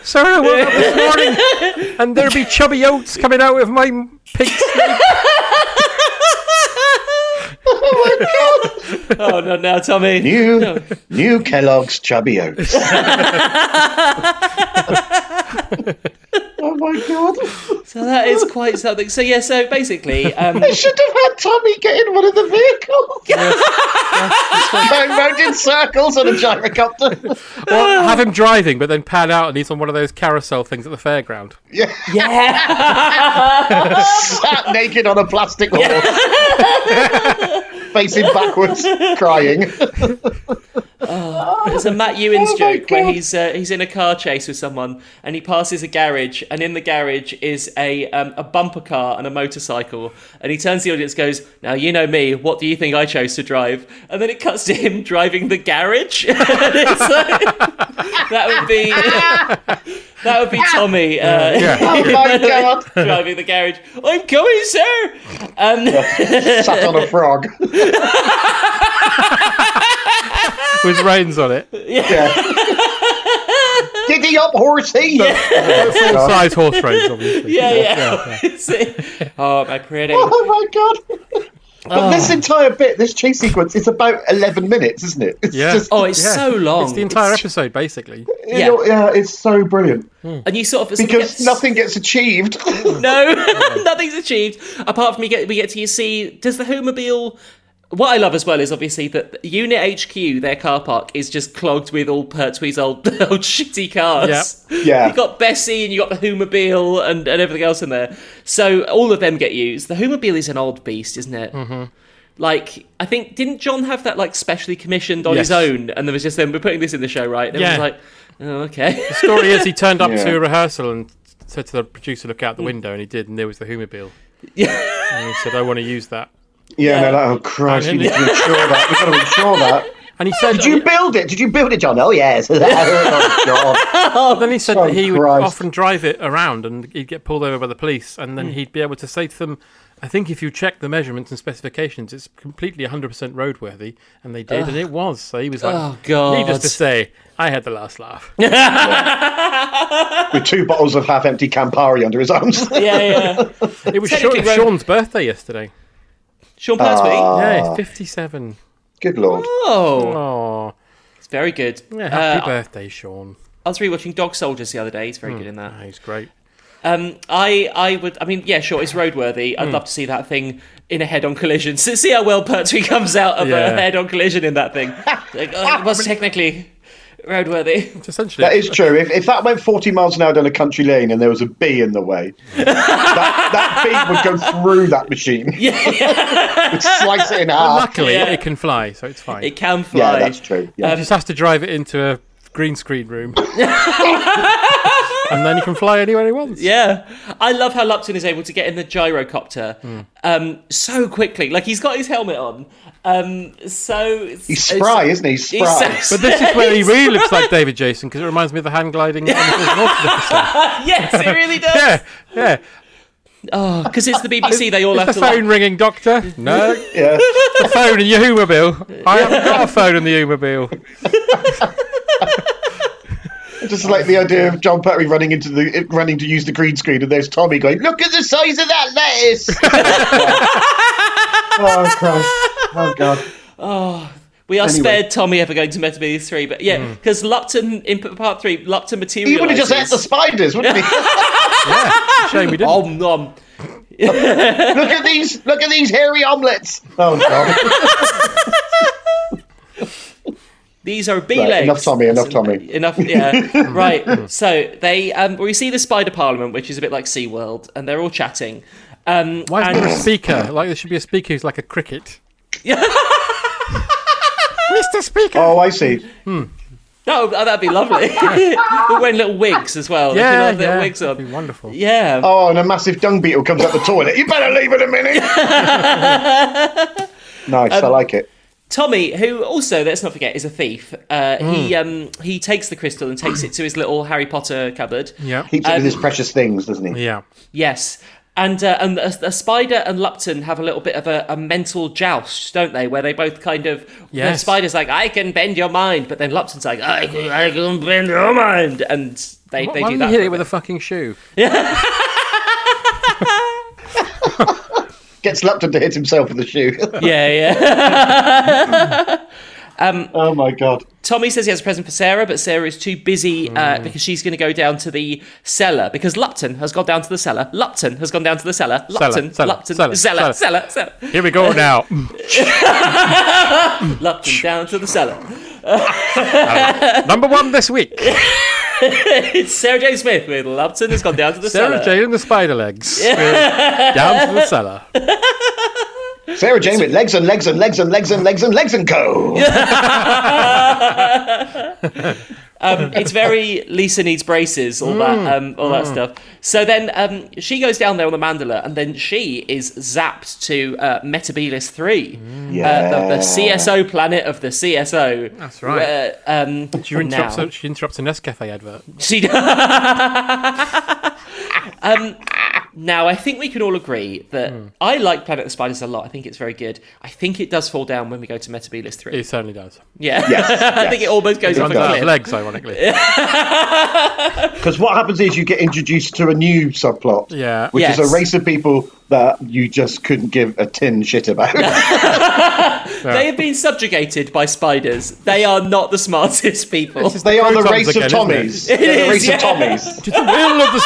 S4: sir, I woke up this morning and there be chubby oats coming out of my pig snout.
S2: Oh, no, now, Tommy.
S3: New, new Kellogg's Chubby Oats. oh my god!
S2: So that is quite something. So yeah, so basically,
S3: [laughs]
S2: um,
S3: I should have had Tommy get in one of the
S2: [laughs]
S3: vehicles. Going round in circles on a gyrocopter.
S4: Or have him driving, but then pan out and he's on one of those carousel things at the fairground.
S2: yeah,
S3: Sat naked on a plastic wall. Facing backwards, crying.
S2: it's a Matt Ewins
S3: Oh my
S2: joke where
S3: God.
S2: he's uh, he's in a car chase with someone and he passes a garage and in the garage is a um, a bumper car and a motorcycle and he turns to the audience and goes, "Now you know me. What do you think I chose to drive?" And then it cuts to him driving the garage. [laughs] And it's like- that would be [laughs] that would be Tommy. Uh,
S4: Yeah.
S3: Oh my god!
S2: [laughs] Driving the garage. I'm coming, sir. [laughs] Um,
S3: Sat on a frog.
S4: [laughs] With reins on it.
S3: Giddy up, horsey!
S4: Full size horse reins, obviously.
S2: yeah, yeah. [laughs] oh, my pretty.
S3: [laughs] Oh my god! But this entire bit, this chase sequence, it's about eleven minutes, isn't it? It's
S4: Yeah.
S3: just,
S2: Oh, it's
S4: Yeah.
S2: so long.
S4: It's the entire episode, [laughs] basically.
S3: you know, yeah, it's so brilliant
S2: and you sort of
S3: because nothing gets achieved.
S2: [laughs] No, nothing's achieved apart from we get we get to you see. Does the Homobile What I love as well is obviously that Unit HQ, their car park, is just clogged with all Pertwee's old [laughs] old shitty cars.
S3: Yeah.
S2: You got Bessie and you got the Hoomobile and, and everything else in there. So all of them get used. The Hoomobile is an old beast, isn't it? Mm-hmm. Like I think didn't John have that like specially commissioned on his
S4: Yes.
S2: own? And there was just then we're putting this in the show, right? And
S4: Yeah.
S2: it was like, oh, okay.
S4: story is he turned up
S3: Yeah.
S4: to a rehearsal and said to the producer, "Look out the window," and he did, and there was the Hoomobile.
S2: yeah.
S4: And he said, "I want to use that."
S3: Yeah, no, that, oh Christ,
S4: I
S3: we
S4: didn't-
S3: need to insure that. We've got to insure that.
S4: And he said,
S3: Did you build it? Did you build it, John? Oh yes. [laughs] oh God.
S4: then he said
S3: Oh,
S4: that he would
S3: Christ.
S4: often drive it around and he'd get pulled over by the police, and then he'd be able to say to them, "I think if you check the measurements and specifications, it's completely 100% roadworthy," and they did, and it was. So he was like,
S2: Oh, God.
S4: Needless to say, I had the last laugh.
S3: With two bottles of half-empty Campari under his [laughs] arms.
S2: Yeah, yeah.
S4: it [laughs] was Sean,
S2: Technically road-
S4: Sean's birthday yesterday.
S2: Sean Pertwee.
S3: Ah.
S4: Yeah, he's 57.
S3: Good lord.
S2: oh,
S4: Oh,
S2: it's very good.
S4: yeah, happy
S2: Uh,
S4: birthday, Sean.
S2: I was rewatching Dog Soldiers the other day. He's very good in that.
S4: Oh, he's great.
S2: Um, I, I would, I mean, yeah, sure, it's roadworthy.
S4: Hmm.
S2: I'd love to see that thing in a head-on collision. [laughs] So see how well Pertwee comes out of
S4: Yeah.
S2: a head-on collision in that
S4: [laughs]
S2: thing. like, oh, it was technically roadworthy. [laughs]
S4: It's essentially
S3: That is true. If, if that went 40 miles an hour down a country lane and there was a bee in the way, [laughs] that, that bee would go through that machine. [laughs] Yeah. slice it in half.
S4: Luckily,
S2: Yeah.
S4: it can fly, so it's fine.
S2: It can fly.
S3: Yeah, that's true. Yeah.
S4: He just has to drive it into a green
S2: [laughs]
S4: screen room. [laughs] and then he can fly anywhere he wants.
S2: Yeah, I love how Lupton is able to get in the gyrocopter
S4: Hmm.
S2: um, so quickly. Like he's got his helmet on. Um, so
S3: he's spry, isn't he? He's spry.
S4: But this
S2: [laughs]
S4: is where he really looks like David Jason because it reminds me of the hand gliding. on the Prison Orchid episode.
S2: yes, it really does.
S4: [laughs] yeah, yeah.
S2: because it's the BBC. They all have
S4: The
S2: to. like-
S4: phone ringing, Doctor. No,
S3: yeah.
S4: the phone in your Humorbill. I haven't got a phone in the Humorbill.
S3: [laughs] Just like the idea of John Pertwee running into the running to use the green screen, and there's Tommy going, "Look at the size of that lettuce." [laughs] oh Christ! Oh God!
S2: We are
S3: Anyway.
S2: spared Tommy ever going to Metabees 3, but yeah,
S4: Mm.
S2: because Lupton in p- part 3, Lupton materializes.
S3: He would have just ate the spiders, wouldn't [laughs] he?
S4: Shame we didn't.
S3: Oh,
S2: Om nom.
S3: look at these! Look at these hairy omelets! Oh God!
S2: These are bee
S3: Right,
S2: legs.
S3: enough Tommy, enough Tommy.
S2: Enough,
S3: [laughs]
S2: yeah. right, so they, um, we see the spider parliament, which is a bit like SeaWorld, and they're all chatting. Um,
S4: Why is there a
S2: and-
S4: speaker? Like there should be a speaker who's like a cricket. [laughs] Mr. Speaker.
S3: Oh, I see.
S2: No, [laughs] oh, that'd be lovely. [laughs] They're wearing little wigs as well. They should
S4: yeah,
S2: have little
S4: yeah.
S2: wigs
S4: That'd be
S2: on.
S4: wonderful.
S2: Yeah.
S3: Oh, and a massive dung beetle comes out the toilet. You better leave it a minute. nice, I like it.
S2: Tommy, who also let's not forget is a thief. Uh, He um,
S4: Mm.
S2: he takes the crystal and takes it to his little Harry Potter cupboard. Um,
S4: Yeah.
S3: Keeps it with his precious things, doesn't he?
S4: Yeah.
S2: Yes. And, uh, and a, a spider and Lupton have a little bit of a, a mental joust, don't they? Where they both kind of. Yeah. The
S4: Yes.
S2: spider's like, I can bend your mind. But then Lupton's like, I can, I can bend your mind. And they,
S4: Why
S2: they
S4: why
S2: do
S4: didn't
S2: that.
S4: you hit
S2: for
S4: it with a
S2: bit.
S4: fucking shoe?
S3: Gets Lupton to hit himself with a shoe.
S2: Yeah, yeah.
S4: [laughs]
S3: oh my God!
S2: Tommy says he has a present for Sarah, but Sarah is too busy
S4: Hmm.
S2: uh, because she's going to go down to the cellar because Lupton has gone down to the cellar. Lupton has gone down to the cellar. Lupton,
S4: cellar,
S2: Lupton,
S4: cellar,
S2: cellar,
S4: cellar.
S2: cellar, cellar.
S4: Here we go now. [laughs]
S2: Lupton down to the cellar.
S4: Number one this week.
S2: It's Sarah J. Smith with Lupton has gone down to the
S4: Sarah
S2: cellar.
S4: Jane and the Spider Legs. Down to the cellar.
S3: Sarah Jane with legs and legs and legs and legs and legs and legs and go.
S2: um, it's very Lisa needs braces, all
S3: Mm.
S2: that, um, all that stuff. So then um, she goes down there on the mandala, and then she is zapped to uh, Metabilis Three, uh, the, the CSO planet of the CSO. That's
S4: right.
S2: Where, um,
S4: She interrupts,
S2: now- [laughs]
S4: a, she interrupts a Nescafe advert.
S2: She [laughs] um, now I think we can all agree that I like Planet of the Spiders a lot. I think it's very good. I think it does fall down when we go to Metabilis Three.
S4: It certainly does.
S2: yeah, [laughs]
S3: Yes,
S2: I think it
S3: [laughs]
S2: almost goes off a
S4: Down
S2: cliff.
S4: to legs, ironically. Yeah.
S3: Because what happens is you get introduced to a new subplot,
S4: Yeah.
S3: which
S2: Yes.
S3: is a race of people that you just couldn't give a tin shit about.
S2: They have been subjugated by spiders. They are not the
S4: [laughs]
S2: smartest people.
S3: [laughs] they are the
S4: Protons
S3: race of
S4: again, isn't it?
S3: Tommies. They're
S2: is,
S3: the race
S2: yeah.
S3: of Tommies.
S4: To the will of the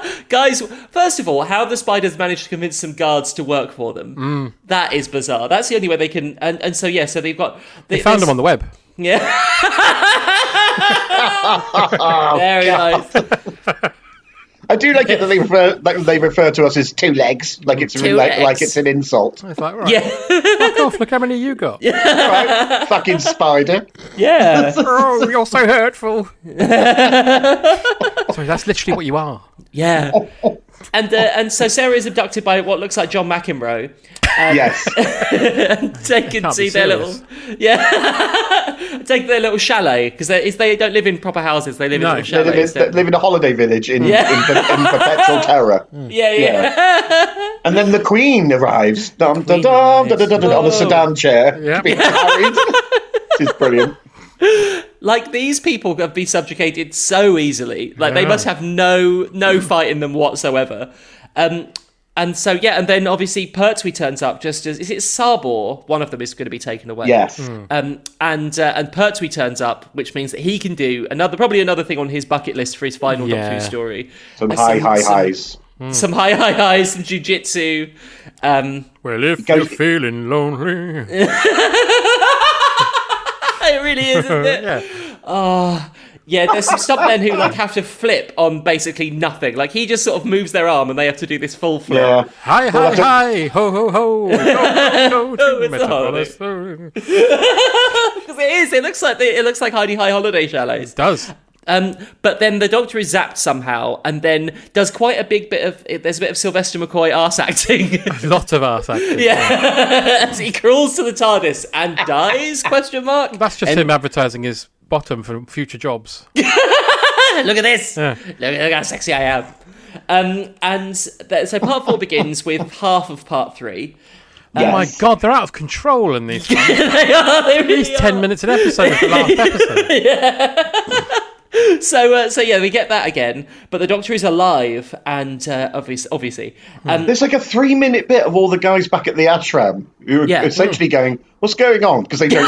S4: [laughs] spiders.
S2: Guys, first of all, how have the spiders managed to convince some guards to work for them?
S4: Mm.
S2: That is bizarre. That's the only way they can. And, and so, yeah, so they've got.
S4: They found them on the web.
S2: Yeah. Very
S4: Oh,
S2: nice.
S3: I do like it that they refer that they refer to us as two legs, like it's
S2: Two
S3: like,
S2: legs.
S3: like it's an insult.
S4: It's like, right,
S2: Yeah.
S4: fuck off, look how many you got.
S3: Right? Fucking
S2: [laughs]
S3: spider.
S2: [laughs] Yeah.
S4: [laughs] Oh, you're so [laughs] hurtful. Sorry, that's literally what you are.
S2: Yeah. And uh, and so Sarah is abducted by what looks like John McEnroe, [laughs]
S3: Yes.
S2: taken
S4: Can't be
S2: to their
S4: serious.
S2: little [laughs] yeah, [laughs] take their little chalet because they, it's- they don't live in proper houses. They live
S4: No,
S2: in little
S3: They live,
S2: chalets.
S3: in, they
S2: don't they?
S3: live in a holiday village in,
S2: Yeah. Mm.
S3: in, per- in
S2: [laughs]
S3: perpetual terror.
S2: yeah, yeah.
S3: And then the Queen arrives dum, dum, dum, dum, dum, dum, dum, on a
S2: Whoa.
S3: sedan chair
S4: Yep.
S3: to
S2: [laughs]
S3: be carried. She's brilliant.
S2: Like these people have been subjugated so easily. Like they must have no no [clears throat] fight in them whatsoever. Um, and so yeah, and then obviously Pertwee turns up just as is it Sarbor? One of them is going to be taken away.
S3: Yes.
S2: Um, and uh, and Pertwee turns up, which means that he can do another probably another thing on his bucket list for his final
S4: Yeah.
S2: Doctor Who story.
S3: Some
S2: Uh,
S3: high, high
S2: some-
S3: highs.
S2: some high high highs and jujitsu. Um,
S4: Well, if
S3: Go-
S4: you're feeling lonely.
S2: [laughs] it really is, isn't it? Ah,
S4: Yeah.
S2: Yeah, there's some stuff men who like have to flip on basically nothing. Like he just sort of moves their arm and they have to do this full flip.
S3: Yeah.
S4: Hi, hi,
S3: that's a-
S4: hi, ho, ho, ho.
S2: [laughs] Oh,
S4: Go, go, go
S2: it's
S4: to
S2: a holiday.
S4: Metropolis.
S2: Because it is. It looks like the, it looks like Heidi High Holiday Chalets.
S4: It does.
S2: Um, but then the Doctor is zapped somehow, and then does quite a big bit of. There's a bit of Sylvester McCoy arse acting [laughs]
S4: Lots of us, actually.
S2: as he crawls to the TARDIS and dies? Question mark.
S4: That's just him advertising his bottom for future jobs. Oh
S2: look at this. Look, look how sexy I am. Um, and th- so part four begins with half of part three.
S4: Oh my god, they're out of control in
S2: [laughs]
S4: these. At
S2: They are, they really
S4: least ten
S2: are.
S4: minutes an episode is
S2: [laughs]
S4: the last episode.
S2: So, uh, so yeah, we get that again. But the Doctor is alive, and uh, obvious, obviously, um,
S3: There's like a three minute bit of all the guys back at the ashram who are
S2: Yeah. Mm.
S3: essentially going, What's going on? Because they don't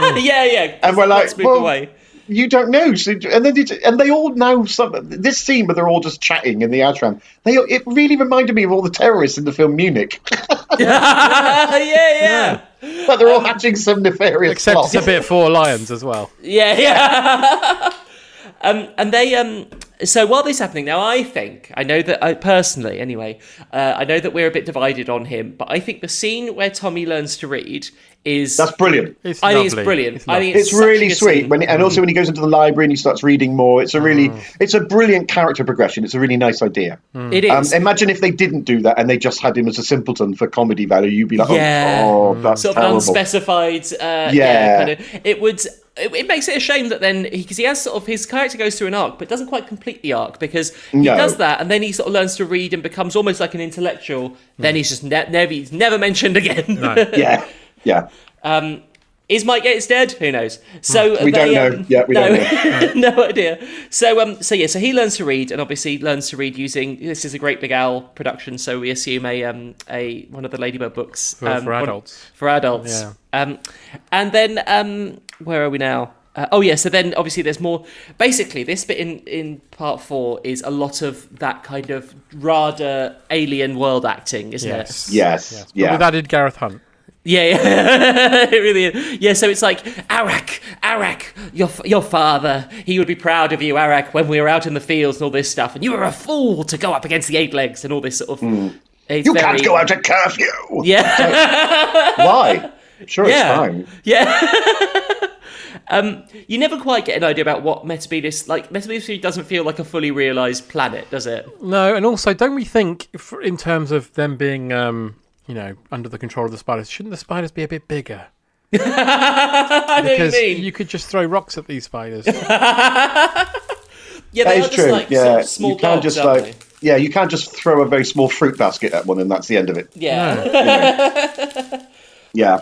S2: [laughs]
S3: know.
S2: yeah, yeah.
S3: And we're like,
S2: let's move
S3: well- [laughs]
S2: away. [laughs]
S3: you don't know. So, and then it, and they all know some. This scene where they're all just chatting in the ashram, they it really reminded me of all the terrorists in the film Munich. [laughs]
S2: Uh, yeah,
S3: like they're all hatching some nefarious
S4: Except
S3: plot.
S4: it's a bit four lions as well.
S2: yeah, yeah, yeah. [laughs] um, and they, um, so while this is happening now, I think I know that I personally, anyway, uh, I know that we're a bit divided on him, but I think the scene where Tommy learns to read is
S3: That's brilliant.
S4: It's
S2: I think it's
S4: lovely.
S2: brilliant. I
S4: lovely.
S2: think
S3: It's,
S2: such a
S3: really
S2: good
S3: sweet
S2: scene. Mm.
S3: when, and also when he goes into the library and he starts reading more. It's a really, it's a brilliant character progression. It's a really nice idea.
S2: It
S3: Um,
S2: is.
S3: imagine if they didn't do that and they just had him as a simpleton for comedy value. You'd be like, oh,
S2: Yeah.
S3: oh, that's
S2: sort of an
S3: terrible.
S2: unspecified. Uh, yeah.
S3: Yeah.
S2: kind of, it would. It, it makes it a shame that then because he, has sort of his character goes through an arc, but doesn't quite complete the arc because he
S3: No.
S2: does that and then he sort of learns to read and becomes almost like an intellectual. Then he's just ne- never he's never mentioned again.
S3: yeah, yeah.
S2: [laughs] Is Mike Gates dead? Who knows? So
S3: We
S2: they,
S3: don't know.
S2: um,
S3: Yeah, we
S2: no, [laughs]
S3: don't
S2: no idea. So um, so yeah, so he learns to read, and obviously learns to read using this is a Great Big Owl production. So we assume a um a one of the Ladybird books
S4: For-
S2: um,
S4: for
S2: one-
S4: adults.
S2: for adults.
S4: Yeah.
S2: Um, and then um, where are we now? Uh, oh yeah, so then obviously there's more. Basically, this bit in in part four is a lot of that kind of RADA alien world acting, isn't it?
S4: Yes.
S3: Yes,
S4: But
S3: yeah.
S4: With added Gareth Hunt.
S2: Yeah, yeah. [laughs] it really is. Yeah, so it's like, Arak, Arak, your, f- your father, he would be proud of you, Arak, when we were out in the fields and all this stuff, and you were a fool to go up against the eight legs and all this sort of. It's
S3: Hmm. You
S2: very-
S3: can't go out at curfew.
S2: [laughs] Yeah, [laughs]
S3: Why? Sure,
S2: Yeah.
S3: it's fine.
S2: yeah. [laughs] um, you never quite get an idea about what Metabolus like. Metabolus doesn't feel like a fully realized planet, does it? [laughs]
S4: No, and also, don't we think, f in terms of them being, um, you know, under the control of the spiders, shouldn't the spiders be a bit bigger?
S2: I know what you
S4: Because
S2: mean.
S4: you could just throw rocks at these spiders.
S2: yeah,
S3: That
S2: they
S3: is
S2: are just
S3: true.
S2: like
S3: yeah,
S2: sort of small
S3: you can't
S2: dogs,
S3: just
S2: aren't
S3: like. Yeah, you can't just throw a very small fruit basket at one and that's the end of it.
S2: they? Yeah.
S3: Yeah.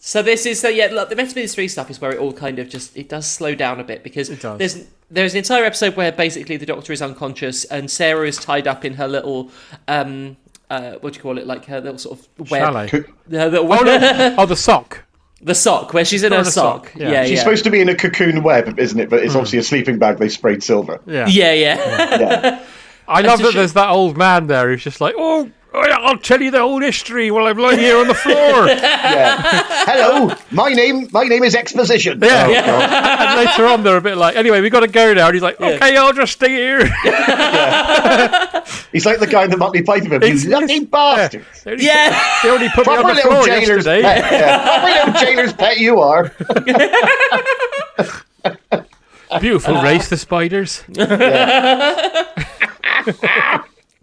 S2: So this is so yeah. Look, the Metabase three stuff is where it all kind of just it does slow down a bit because
S4: It does.
S2: there's there's an entire episode where basically the Doctor is unconscious and Sarah is tied up in her little um uh what do you call it like her little sort of web.
S4: Shall I?
S2: Her little
S4: Oh,
S2: web-
S4: no. oh, the sock.
S2: [laughs] the sock where she's in
S4: Oh,
S2: her
S4: the
S2: sock.
S4: sock,
S2: Yeah,
S4: yeah.
S2: yeah. Hmm.
S3: She's supposed to be in a cocoon web, isn't it? But it's obviously a sleeping bag they sprayed
S2: [laughs]
S3: silver.
S4: Yeah.
S2: yeah, yeah. [laughs]
S4: I love
S2: so
S4: that
S2: she-
S4: there's that old man there who's just like, oh, I'll tell you the whole history while I'm lying here on the
S2: [laughs]
S4: floor. yeah.
S3: Hello, my name my name is Exposition. Oh, God.
S4: and later on, they're a bit like, anyway, we got to go now. And he's like, okay, I'll just
S2: [laughs]
S4: stay here.
S3: He's like the guy in the Motley Python.
S4: It's-
S3: You lucky bastard.
S4: They only-
S2: yeah. [laughs]
S4: They only put me
S3: Proper
S4: on the
S3: little
S4: floor
S3: jailer's
S4: yesterday.
S3: pet. Yeah. Proper little Oh, jailer's pet you
S2: [laughs]
S3: are.
S4: Beautiful race, the spiders.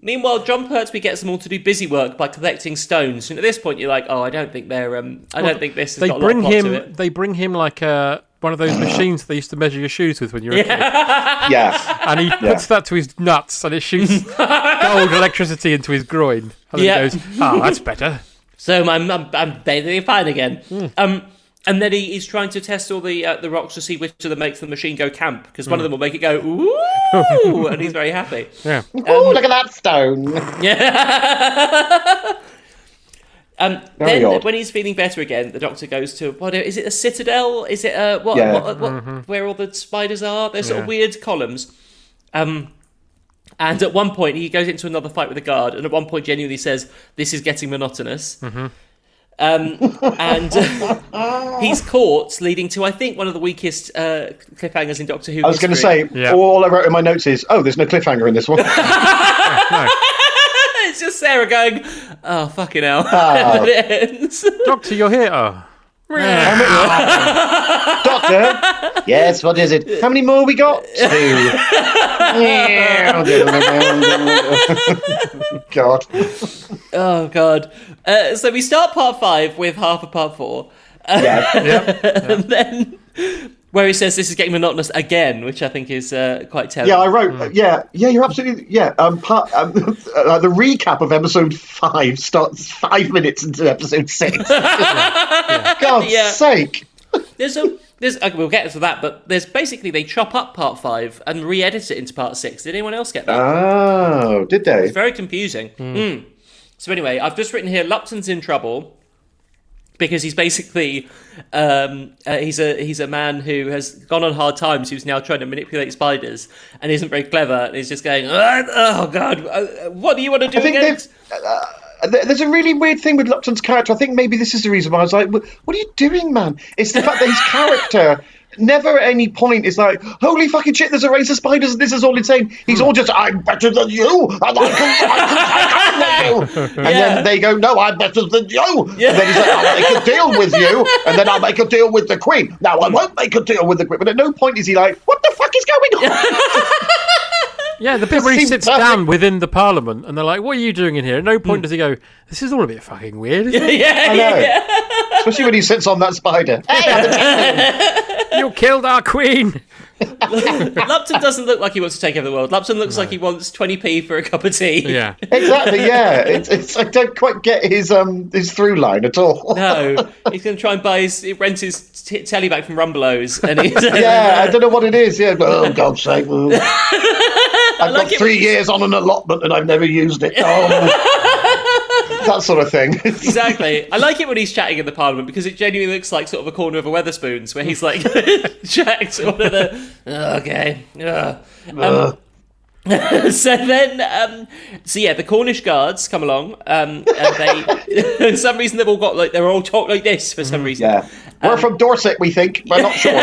S2: Meanwhile, John Pertwee gets them all to do busy work by collecting stones. And at this point, you're like, oh, I don't think they're um, I don't think this. Has
S4: they
S2: got
S4: bring
S2: a lot of plot to
S4: him.
S2: it.
S4: They bring him like a. One of
S2: [laughs]
S4: those machines they used to measure your shoes with when you were a kid.
S3: Yeah.
S4: And he puts that to his nuts and it
S2: [laughs]
S4: shoots gold electricity into his groin. And then
S2: Yeah.
S4: he goes, ah, that's better.
S2: So I'm I'm, I'm basically fine again. Um, and then he, he's trying to test all the uh, the rocks to see which of them makes the machine go camp because one of them will make it go ooh, and he's very happy. Um,
S4: Yeah.
S3: Ooh, look at that stone.
S2: [laughs] Yeah. [laughs] um,
S3: Very
S2: then
S3: odd.
S2: when he's feeling better again, the doctor goes to what is it? A citadel? Is it uh, what,
S3: Yeah.
S2: what, what where all the spiders are? They're sort of weird columns. Um, and at one point, he goes into another fight with a guard, and at one point, genuinely says, "This is getting monotonous." Um, and uh, he's caught, leading to I think one of the weakest uh, cliffhangers in Doctor Who.
S3: I was going to say,
S4: Yeah.
S3: all I wrote in my notes is, oh, there's no cliffhanger in this
S2: [laughs]
S3: one. [laughs]
S2: it's just Sarah going, "Oh fucking hell!"
S3: Ah.
S2: [laughs] and it ends.
S4: Doctor, you're here. Oh.
S3: Doctor? Yes, what is it? How many more we got? Two. God.
S2: Oh god. Uh, so we start part five with half of part four, Uh, [laughs]
S3: Yeah.
S2: and then where he says this is getting monotonous again, which I think is uh, quite telling.
S3: Yeah, I wrote. Yeah, yeah, you're absolutely. Yeah, um, part, um, [laughs] uh, the recap of episode five starts five minutes into episode six. God's
S2: Yeah.
S3: sake!
S2: There's a there's okay, we'll get to that, but there's basically they chop up part five and re-edit it into part six. Did anyone else get
S3: Uh,
S2: that?
S3: Oh, did they?
S2: It's very confusing.
S3: Hmm.
S2: Mm. So anyway, I've just written here Lupton's in trouble because he's basically um, uh, he's a he's a man who has gone on hard times who's now trying to manipulate spiders and isn't very clever and he's just going "Ah, oh god uh, what do you want to do
S3: I think
S2: again?
S3: they've. Uh, th- there's a really weird thing with Lupton's character. I think maybe this is the reason why I was like, "What what are you doing, man?" It's the fact that his character [laughs] never at any point is like, "Holy fucking shit, there's a race of spiders, and this is all insane." He's
S2: Hmm.
S3: all just, "I'm better than you, and I can, I can, I
S2: [laughs]
S3: can than you." And
S2: Yeah.
S3: then they go, "No, I'm better than you." And then he's like, "I'll make a deal with you, and then I'll make a deal with the queen." Now
S2: Hmm.
S3: I won't make a deal with the queen. But at no point is he like, "What the fuck is
S2: [laughs]
S3: going on?"
S4: Yeah, the bit where he
S3: seems
S4: sits
S3: perfect. Hmm.
S4: down within the parliament and they're like, what are you doing in here? At no point does he go, this is all a bit fucking weird. Isn't
S2: [laughs]
S4: it?
S2: yeah,
S3: I
S2: yeah,
S3: know. Especially when he sits on that spider. Hey, I'm the
S4: you killed our queen.
S2: Lupton doesn't look like he wants to take over the world. Lupton looks like he wants 20p for a cup of tea.
S4: Yeah.
S3: Exactly. Yeah. It's, it's I don't quite get his um his through line at all.
S2: No, he's going to try and buy his rent his t- telly back from Rumbelows, and he's
S3: [laughs] [laughs] Yeah, I don't know what it is. Yeah. Oh God's
S2: [laughs]
S3: sake! oh. I've got
S2: it
S3: three
S2: when you-
S3: years on an allotment and I've never used
S2: [laughs]
S3: it. Oh. that sort of thing.
S2: Exactly. I like it when he's chatting in the parliament because it genuinely looks like sort of a corner of a Weatherspoons where he's like [laughs] jacked one of the oh, okay. ugh."
S3: [laughs]
S2: Um, so then, um, so yeah, the Cornish guards come along, um, and they, [laughs] for some reason, they've all got like they're all talk like this for some reason.
S3: Mm-hmm. yeah. Uh, We're from Dorset, we think. We're not
S2: [laughs]
S3: sure.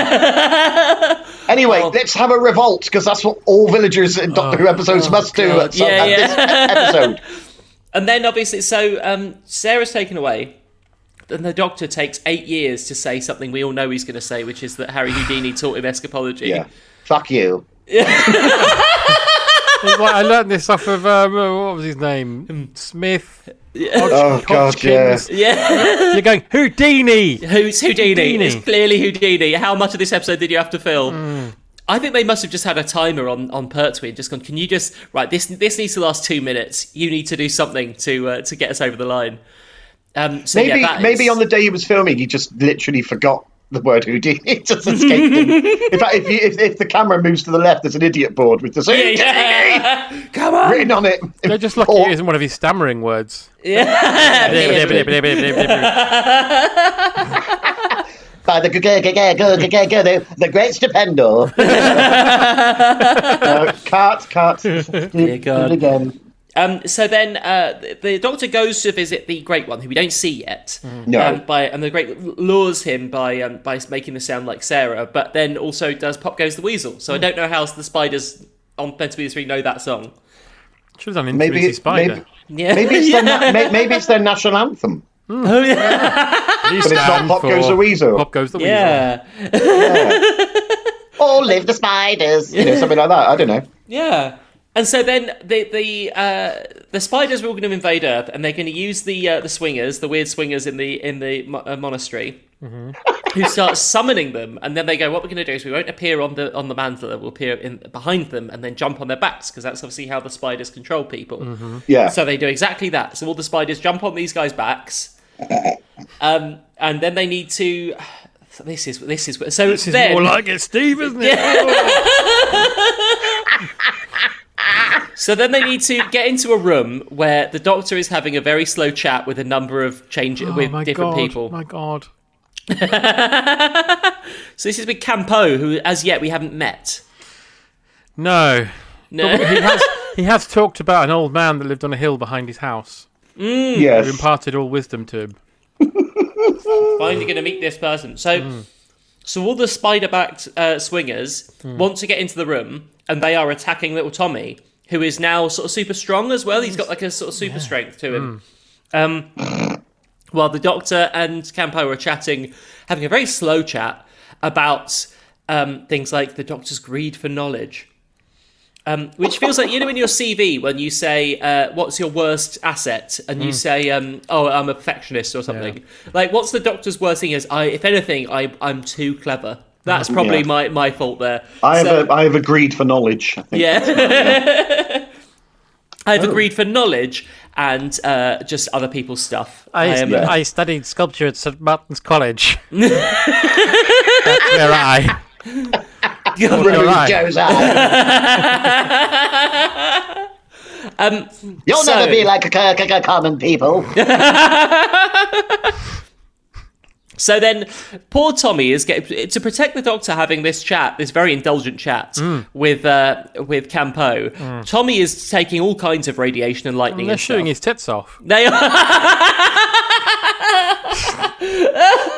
S3: Anyway, let's have a revolt because that's what all villagers in Doctor Who episodes must do at, some,
S2: Oh, Yeah,
S3: at this
S2: [laughs]
S3: episode.
S2: And then obviously, so um, Sarah's taken away. Then the doctor takes eight years to say something we all know he's going to say, which is that Harry Houdini taught him escapology.
S3: Yeah. Fuck you.
S4: [laughs] It's like, I learned this off of, um, uh, what was his name? Smith.
S3: Hmm. Oh God, yeah.
S4: Hodgkins.
S3: [laughs]
S4: You're going, Houdini.
S2: Who's Houdini?
S4: Houdini.
S2: It's clearly Houdini. How much of this episode did you have to fill? I think they must have just had a timer on on Pertwee and just gone. Can you just right? This this needs to last two minutes. You need to do something to uh, to get us over the line. Um, so
S3: Maybe
S2: yeah, that
S3: maybe
S2: is-
S3: on the day he was filming, he just literally forgot the word [laughs] Houdini. It just
S2: [laughs]
S3: escaped him. In fact, if, you, if, if the camera moves to the left, there's an idiot board with just Houdini
S2: yeah. [laughs] Come on.
S3: written on it.
S4: They're just lucky it isn't one of his stammering words. [laughs] Yeah.
S3: by the go go go go go go go the, the great stupendo. no, cut,
S2: [laughs]
S3: cut. Do
S2: God.
S3: it again.
S2: Um, so then uh, the, the doctor goes to visit the Great One, who we don't see yet.
S3: No.
S2: Um, by and the Great lures him by um, by making the sound like Sarah, but then also does Pop Goes the Weasel. So I don't know how the spiders on Meant to Be the Three know that song.
S4: She was on
S3: Maybe-
S4: Intimacy Spider.
S3: maybe- Maybe it's, their, na- may- maybe it's their national anthem.
S4: But
S3: it's not Pop Goes the Weasel.
S4: Pop Goes the
S2: [laughs]
S4: Weasel.
S2: yeah,
S3: Or live the spiders. You know, something like that. I don't know.
S2: yeah. And so then the the uh, the spiders are all going to invade Earth, and they're going to use the uh, the swingers, the weird swingers in the in the mo- uh, monastery.
S4: Mm-hmm.
S2: who start summoning them, and then they go, "What we're going to do is we won't appear on the on the mandala. We'll appear in behind them, and then jump on their backs because that's obviously how the spiders control people.
S4: Mm-hmm.
S3: Yeah.
S2: So they do exactly that. So all the spiders jump on these guys' backs, um, and then they need to. This is this is so
S4: This is
S2: then,
S4: more like it, Steve, isn't it?
S3: [laughs]
S2: so then they need to get into a room where the doctor is having a very slow chat with a number of change
S4: Oh,
S2: with
S4: my
S2: different
S4: God,
S2: people.
S4: My God.
S2: So this is with Campo, who as yet we haven't met.
S4: No.
S2: No.
S4: He has, he has talked about an old man that lived on a hill behind his house. Who
S3: yes.
S4: imparted all wisdom to him.
S2: finally going to meet this person. So,
S4: Hmm.
S2: so all the spider-backed uh, swingers
S4: Hmm.
S2: want to get into the room, and they are attacking little Tommy, who is now sort of super strong as well. He's got like a sort of super strength to
S4: Hmm.
S2: him. Um, while the doctor and Campo are chatting, having a very slow chat about um, things like the doctor's greed for knowledge. Um, which feels like you know in your CV when you say uh, what's your worst asset and you say um, oh I'm a perfectionist or something like what's the doctor's worst thing is I if anything I I'm too clever that's probably
S3: Yeah.
S2: my, my fault there
S3: I have,
S2: So-
S3: a, I have agreed for knowledge. I think.
S2: yeah I've
S3: Oh.
S2: agreed for knowledge and uh, just other people's stuff
S4: I,
S2: am-
S3: yeah.
S4: I studied sculpture at St Martin's College. That's where I.
S3: Rude
S4: right.
S3: goes on.
S2: [laughs]
S3: You'll
S2: Um, so-
S3: never be like a, c- c- common
S2: [laughs]
S3: people.
S2: So then, poor Tommy is get, to protect the doctor having this chat, this very indulgent chat with uh, with Campo. Tommy is taking all kinds of radiation and lightning.
S4: They're
S2: and
S4: shooting
S2: stuff.
S4: his tits off.
S2: They are. [laughs]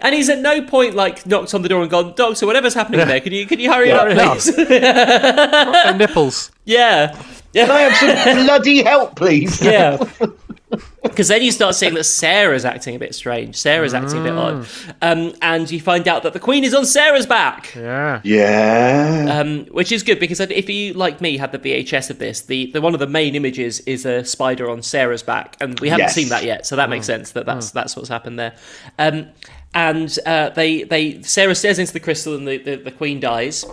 S2: and he's at no point like knocked on the door and gone, Doctor, whatever's happening there, can you can you hurry it
S4: Fair
S2: up,
S4: enough.
S2: please?
S4: Their [laughs] nipples.
S2: [laughs] yeah.
S3: Can I have some bloody help,
S2: [laughs]
S3: please?
S2: Yeah. Because then you start seeing that Sarah's acting a bit strange. Sarah's acting a bit odd. Um, and you find out that the Queen is on Sarah's back.
S4: Yeah.
S3: Yeah.
S2: Um, which is good because if you like me had the VHS of this, the, the one of the main images is a spider on Sarah's back, and we haven't
S3: Yes.
S2: seen that yet, so that makes
S4: Hmm.
S2: sense that that's that's what's happened there. Um, and uh, they they Sarah stares into the crystal, and the, the, the queen dies.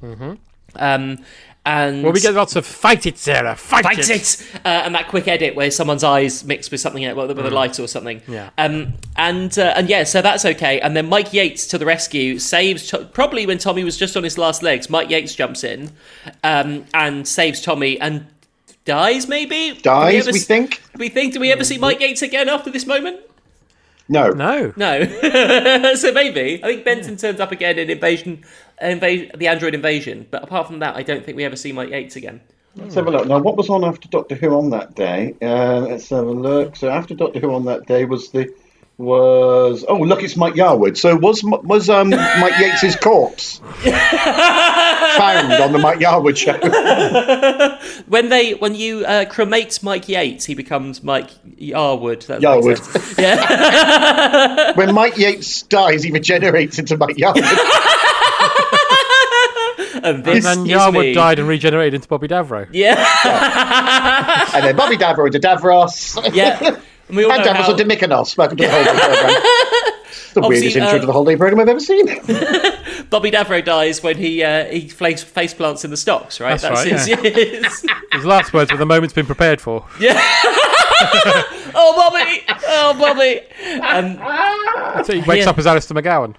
S2: Mm-hmm. Um, and
S4: Well, we get lots of fight it, Sarah. Fight,
S2: Fight it! Uh, and that quick edit where someone's eyes mixed with something, uh, with a with a light or something.
S4: Yeah.
S2: Um, and uh, and yeah, so that's okay. And then Mike Yates to the rescue saves to- probably when Tommy was just on his last legs. Mike Yates jumps in um, and saves Tommy and dies. Maybe Do
S3: Dies,
S2: ever
S3: we
S2: s-
S3: think?
S2: We think. Do we ever see Mike Yates again after this moment?
S3: No.
S4: No.
S2: No. [laughs] so maybe I think Benson turns up again in Invasion, invasion, the Android Invasion. But apart from that, I don't think we ever see Mike Yates again.
S3: Let's have a look. Now, what was on after Doctor Who on that day? Uh, let's have a look. So after Doctor Who on that day was the was oh look, it's Mike Yarwood. So was M- was um, Mike Yates's
S2: [laughs]
S3: corpse found on the Mike Yarwood show?
S2: When they when you uh, cremate Mike Yates, he becomes Mike Yarwood. That
S3: Yarwood.
S2: makes sense. Yeah.
S3: [laughs] when Mike Yates dies, he regenerates into Mike Yarwood.
S2: and
S4: And
S2: this
S4: then
S2: is me.
S4: Yarwood died and regenerated into Bobby Davro.
S2: Yeah.
S3: and then Bobby Davro to Davros.
S2: Yeah. And we all
S3: And
S2: know how-
S3: Davros to Mykonos. Welcome to
S2: [laughs]
S3: the holiday program. It's the weirdest
S2: Obviously,
S3: intro
S2: uh,
S3: to the holiday program I've ever seen. [laughs]
S2: Bobby Davro dies when he uh, he face, face plants in the stocks, right?
S4: That's
S2: [laughs]
S4: right,
S2: his,
S4: yeah. His last words were the moment's been prepared for.
S2: oh, Bobby! Oh, Bobby! And
S4: So he wakes
S2: Yeah.
S4: up as Alistair McGowan.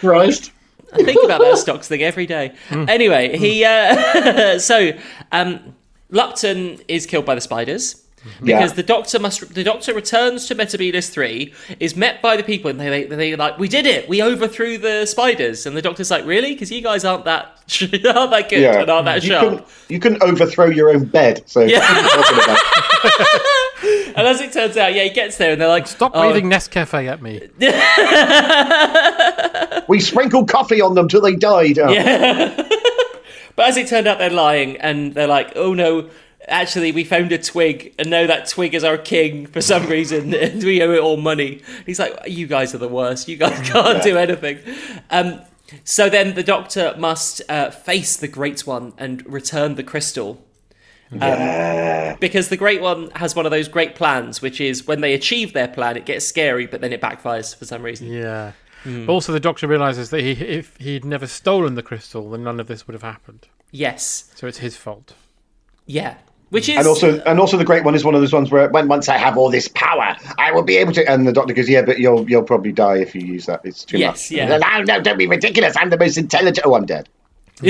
S3: Christ.
S2: I think about that stocks thing every day.
S4: Mm.
S2: Anyway, he uh, [laughs] so um, Lupton is killed by the spiders because
S3: Yeah.
S2: the doctor must. The doctor returns to Metabolus Three, is met by the people, and they they they like we did it, we overthrew the spiders, and the doctor's like really because you guys aren't that [laughs] aren't that good and aren't that
S3: you
S2: sharp.
S3: couldn't, you couldn't overthrow your own bed, so [laughs] what are you talking about?
S2: And as it turns out, yeah, he gets there, and they're like
S4: Stop
S2: "Oh,
S4: waving Nescafe at me.
S3: we sprinkled coffee on them till they died. Oh,
S2: But as it turned out, they're lying, and they're like, "Oh no, actually, we found a twig, and now that twig is our king for
S3: [laughs]
S2: some reason, [laughs] and we owe it all money." He's like, "You guys are the worst. You
S3: [laughs]
S2: guys can't do anything." Um, so then the doctor must uh, face the Great One and return the crystal. Um, Because the Great One has one of those great plans, which is when they achieve their plan, it gets scary, but then it backfires for some reason.
S4: Yeah.
S2: Hmm.
S4: Also, the Doctor realizes that he, if he'd never stolen the crystal, then none of this would have happened.
S2: Yes.
S4: So it's his fault.
S2: Yeah. Which is.
S3: And also, and also, the great one is one of those ones where when once I have all this power, I will be able to. And the doctor goes, "Yeah, but you'll you'll probably die if you use that. It's too
S2: Yes,
S3: much."
S2: yeah.
S3: No, no, don't be ridiculous. I'm the most intelligent. Oh, I'm dead.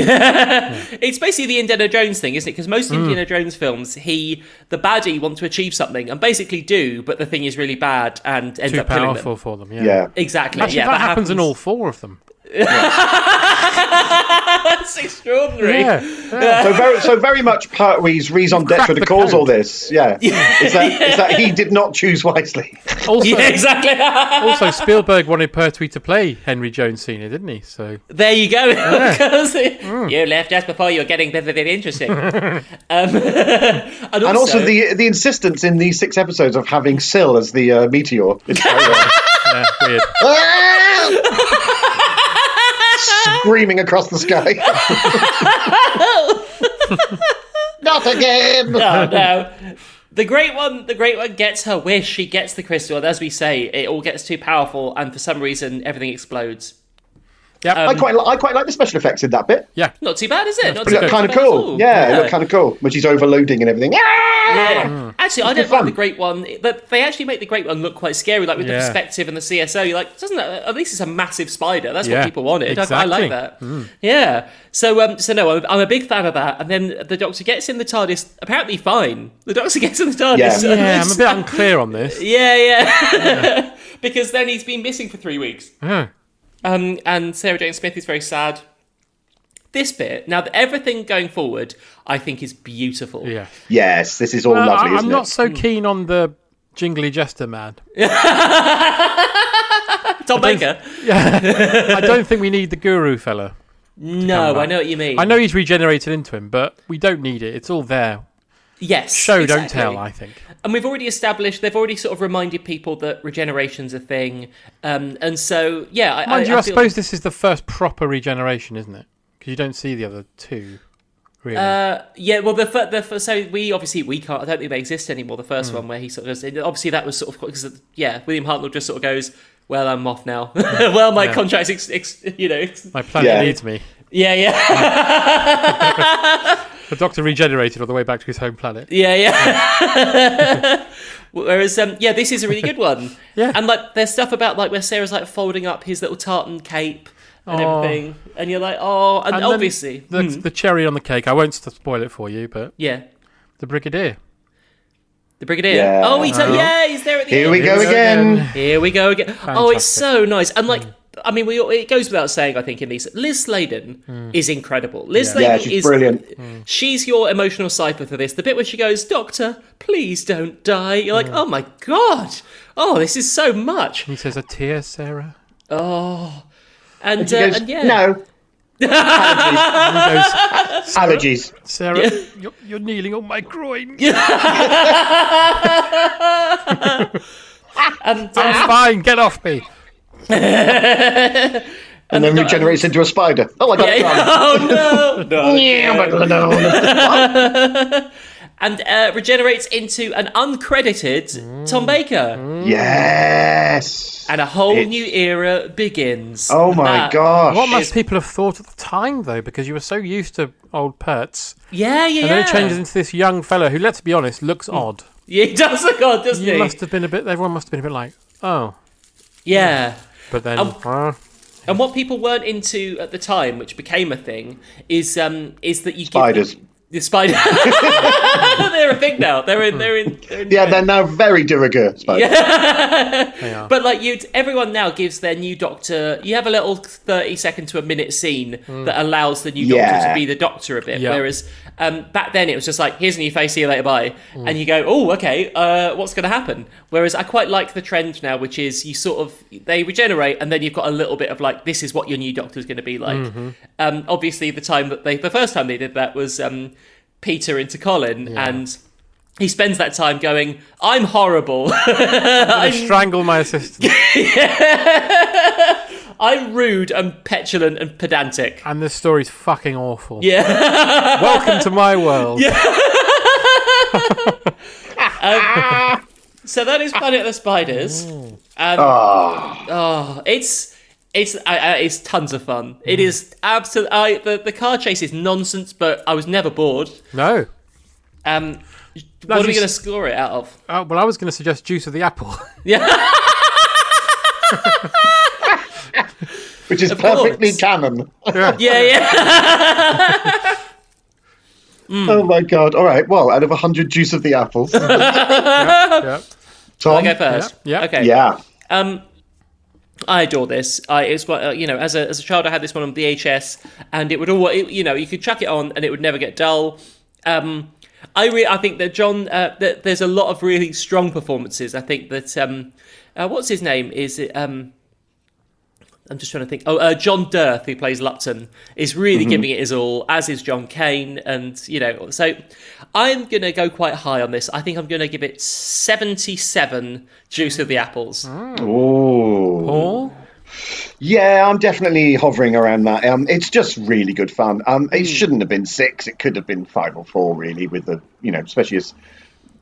S2: It's basically the Indiana Jones thing, isn't it? Because
S4: Hmm.
S2: most Indiana Jones films, he the baddie want to achieve something and basically do, but the thing is really bad and ends
S4: Too
S2: up killing
S4: powerful
S2: them.
S4: for them. Yeah.
S3: Yeah.
S2: Exactly.
S4: Actually,
S2: yeah,
S4: that, happens, in all four
S2: [laughs]
S4: of them.
S2: That's extraordinary.
S4: Yeah. yeah.
S3: So very, so very much part Partwee's reason d'etre to
S4: the
S3: cause
S4: code.
S3: all this. Yeah, Is, that, is that he did not choose wisely.
S2: [laughs]
S4: also,
S2: Yeah, [laughs] exactly. [laughs]
S4: also, Spielberg wanted Pertwee to play Henry Jones Senior, didn't he? So
S2: there you go. [laughs] 'Cause
S4: Hmm.
S2: You left just before you were getting bit
S4: [laughs]
S2: interesting. um, [laughs] and, also,
S3: And also the the insistence in these six episodes of having Syl as the uh, meteor. It's very, uh,
S4: yeah,
S3: [laughs]
S4: weird.
S3: screaming across the sky. [laughs] Not again.
S2: Oh, no. The great one, the great one gets her wish. She gets the crystal, and as we say, it all gets too powerful, and for some reason, everything explodes.
S3: I quite, li- I quite like the special effects in that bit.
S2: [laughs]
S4: Yeah.
S2: Not too bad, is it? Not
S3: It
S2: too
S3: looked
S2: bad
S3: kind of
S2: at
S3: cool.
S2: all.
S3: Yeah, it looked kind of cool when she's overloading and everything. Ah!
S2: Yeah.
S4: Mm.
S2: Actually, I don't
S3: fun.
S2: like the Great One, but they actually make the Great One look quite scary, like with the
S4: Yeah.
S2: perspective and the CSO. You're like, doesn't that? At least it's a massive spider. That's what
S4: Yeah,
S2: people wanted. I, I
S4: exactly. Mm.
S2: like that. Yeah. So, um, so no, I'm, I'm a big fan of that. And then the Doctor gets in the TARDIS, apparently fine. The Doctor [laughs] gets in the TARDIS.
S3: Yeah.
S2: and
S4: Yeah, I'm a
S2: it's-
S4: bit unclear
S2: [laughs]
S4: on this.
S2: yeah, yeah. [laughs] because then he's been missing for three weeks. Um, and Sarah Jane Smith is very sad. This bit, now that everything going forward, I think is beautiful.
S4: Yeah.
S3: Yes, this is all
S4: Uh,
S3: lovely,
S4: I,
S3: isn't
S4: am not
S3: it?
S4: so keen on the jingly jester man.
S2: Tom Baker.
S4: I don't think we need the guru fella.
S2: No, I know what you mean. [laughs]
S4: I know he's regenerated into him, but we don't need it. It's all there.
S2: Yes.
S4: Show, don't
S2: exactly.
S4: tell. I think.
S2: And we've already established, they've already sort of reminded people that regeneration's a thing. Um, and so, yeah. I,
S4: Mind
S2: I,
S4: you, I,
S2: feel-
S4: suppose this is the first proper regeneration, isn't it? Because you don't see the other two, really.
S2: Uh, Yeah, well, the, fir- the fir- so we obviously, we can't, I don't think they exist anymore. The
S4: Hmm.
S2: first one where he sort of goes, obviously, that was sort of, because, yeah, William Hartnell just sort of goes, well, I'm off now. [laughs] well, my contract's, ex- ex- you know, ex-
S4: My planet
S3: Yeah.
S4: needs me.
S2: yeah, yeah.
S4: The Doctor regenerated on the way back to his home planet.
S2: Yeah, yeah. [laughs] Whereas, um, yeah, this is a really good one.
S4: Yeah.
S2: And like, there's stuff about like where Sarah's like folding up his little tartan cape and
S4: Oh.
S2: everything, and you're like, oh, and,
S4: And then
S2: obviously, Hmm.
S4: the, the cherry on the cake. I won't s- spoil it for you, but
S2: yeah,
S4: the Brigadier.
S2: the brigadier.
S3: Yeah.
S2: Oh, he's yeah, he's there at the
S3: Here
S2: end.
S3: we go
S4: Here we go
S3: again.
S4: again.
S2: Here we go again. Oh, it's so
S4: Fantastic.
S2: nice. And
S3: Mm.
S2: like, I mean, we all- it goes without saying. I think in these, Liz Sladen is incredible. Liz Sladen
S3: Mm. Yeah, she's
S2: is Mm.
S3: brilliant.
S2: She's your emotional cipher for this. The bit where she goes, "Doctor, please don't die." You're
S3: Mm.
S2: like, "Oh my god! Oh, this is so much."
S4: He says, "A tear, Sarah."
S2: And,
S3: She
S2: uh,
S3: goes,
S2: and yeah,
S3: No,
S2: [laughs]
S4: He goes,
S3: allergies.
S4: "Sarah, you're, you're kneeling on my groin.
S2: [laughs]
S4: [laughs]
S2: and, uh,
S4: I'm fine. Get off me."
S3: And then regenerates into a spider.
S2: [laughs]
S3: Oh, I got it.
S2: oh no! [laughs]
S3: Yeah, but- no, no, no.
S2: and uh, regenerates into an uncredited
S3: Mm.
S2: Tom Baker.
S3: Yes.
S2: And uh, a whole
S3: It-
S2: new era begins.
S3: Oh my
S2: That-
S3: gosh.
S4: What must people have thought at the time, though? Because you were so used to old Pertz.
S2: Yeah, yeah,
S4: And
S2: yeah.
S4: then it changes into this young fellow who, let's be honest, looks odd.
S2: Yeah, [laughs] he does look odd, doesn't
S4: You
S2: he?
S4: must have been a bit, everyone must have been a bit like, oh.
S2: yeah.
S4: But then,
S2: Um,
S4: uh,
S2: And what people weren't into at the time, which became a thing, is um is that you give
S3: Spiders.
S2: them- the spider. [laughs] they're a thing now. They're in. They're in. They're in
S3: Yeah, they're now very de rigueur. Spiders.
S2: But like you, everyone now gives their new doctor. You have a little thirty second to a minute scene that allows the new doctor
S3: Yeah.
S2: to be the doctor a bit.
S4: Yeah.
S2: Whereas um, back then it was just like, here's a new face, see you later, bye. And you go, oh, okay, uh, what's going to happen? Whereas I quite like the trend now, which is you sort of they regenerate, and then you've got a little bit of like, this is what your new doctor's going to be like. Um, obviously, the time that they, the first time they did that was um, Peter into Colin and. He spends that time going, I'm horrible.
S4: I strangle my assistant.
S2: [laughs] I'm rude and petulant and pedantic.
S4: and this story's fucking awful.
S2: Yeah.
S4: [laughs] Welcome to my world.
S2: So that is Planet of the Spiders.
S4: Mm.
S3: Ah,
S2: Oh, it's it's I, I, it's tons of fun. It
S4: Mm.
S2: is absolute. I the, the car chase is nonsense, but I was never bored.
S4: No.
S2: Um, what are we
S4: just-
S2: going to score it out
S4: [laughs]
S2: of?
S4: Oh, well, I was going to suggest Juice of
S2: [laughs]
S4: the Apple.
S3: which is
S2: course.
S3: perfectly canon.
S2: Yeah, yeah. Mm.
S3: Oh my god. All right. Well, out of 100 juice of
S2: [laughs]
S3: the apples.
S4: yeah.
S3: Tom.
S2: Go first.
S4: Um, Yeah, yeah.
S2: Okay.
S3: Yeah.
S2: Um, I adore this. I it's what uh, you know. As a as a child, I had this one on VHS, and it would all it, you know you could chuck it on and it would never get dull. Um, I re- I think that John uh, that there's a lot of really strong performances. I think that um, uh, what's his name is it um. I'm just trying to think. Oh, uh, John Dirth, who plays Lupton, is really giving it his all, as is John Kane. And, you know, so I'm going to go quite high on this. I think I'm going to give it 77 Juice of the Apples.
S3: Ooh.
S4: All?
S3: Yeah, I'm definitely hovering around that. Um, it's just really good fun. Um, it shouldn't have been six. It could have been five or four, really, with the you know, especially as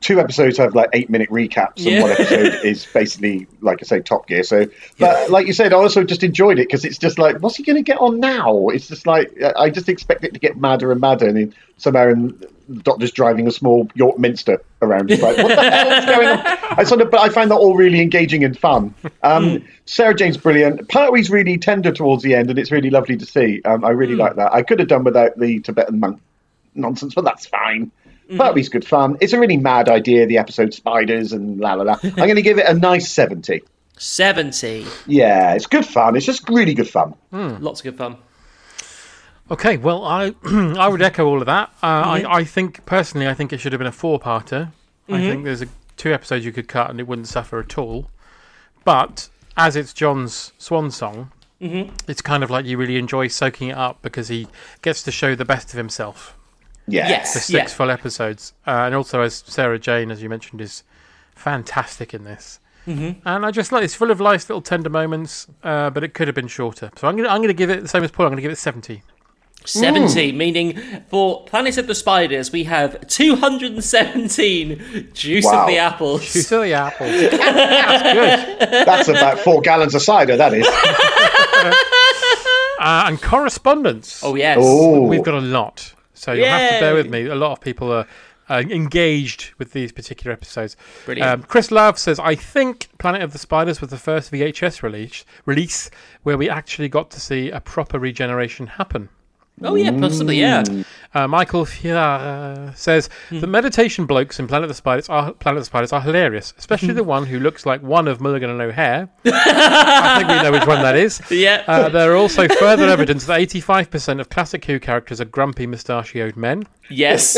S3: two episodes have like eight minute recaps, and
S2: Yeah.
S3: one episode is basically, like I say, Top Gear. So, but like you said, I also just enjoyed it because it's just like, what's he going to get on now? It's just like I- I just expect it to get madder and madder, and then somehow in, the doctor's driving a small York Minster around. It's like, what the hell is going on? I sort of, but I find that all really engaging and fun. Um, Sarah Jane's brilliant. Pertwee's really tender towards the end, and it's really lovely to see. Um, I really like that. I could have done without the Tibetan monk nonsense, but that's fine. Barbie's good fun. It's a really mad idea, the episode Spiders and la la la. I'm going to give it a nice 70.
S2: 70.
S3: Yeah, it's good fun. It's just really good fun.
S2: Lots of good fun.
S4: Okay, well, I [clears throat] I would echo all of that. Uh, I, I think, personally, I think it should have been a four parter. I think there's a, two episodes you could cut and it wouldn't suffer at all. But as it's John's swan song, it's kind of like you really enjoy soaking it up because he gets to show the best of himself.
S3: Yeah.
S2: Yes.
S4: six
S2: yeah.
S4: full episodes. Uh, and also, as Sarah Jane, as you mentioned, is fantastic in this. Mm-hmm. And I just like it's full of nice little tender moments, uh, but it could have been shorter. So I'm gonna I'm gonna give it the same as Paul. I'm gonna give it seventy.
S2: 70, meaning for Planet of the Spiders, we have 217 Juice
S3: Wow.
S2: of the Apples.
S4: You silly apple. [laughs] That's good.
S3: [laughs] That's about four gallons of cider, that is.
S4: Uh, and correspondence.
S2: Oh, yes.
S3: Oh,
S4: we've got a lot. So you'll have to bear
S2: Yay.
S4: with me. A lot of people are uh, engaged with these particular episodes. Um,
S2: Brilliant.
S4: Chris Love says, I think Planet of the Spiders was the first VHS release, release where we actually got to see a proper regeneration happen.
S2: Oh, yeah, possibly, yeah.
S3: Mm.
S4: Uh, Michael Fiera uh, says the meditation blokes in Planet of the Spiders are Planet of the Spiders are hilarious, especially the one who looks like one of Mulligan and O'Hare. I think we know which one that is.
S2: Yeah.
S4: Uh, there are also further evidence that 85% of classic Who characters are grumpy, mustachioed men.
S3: [laughs]
S2: Yes.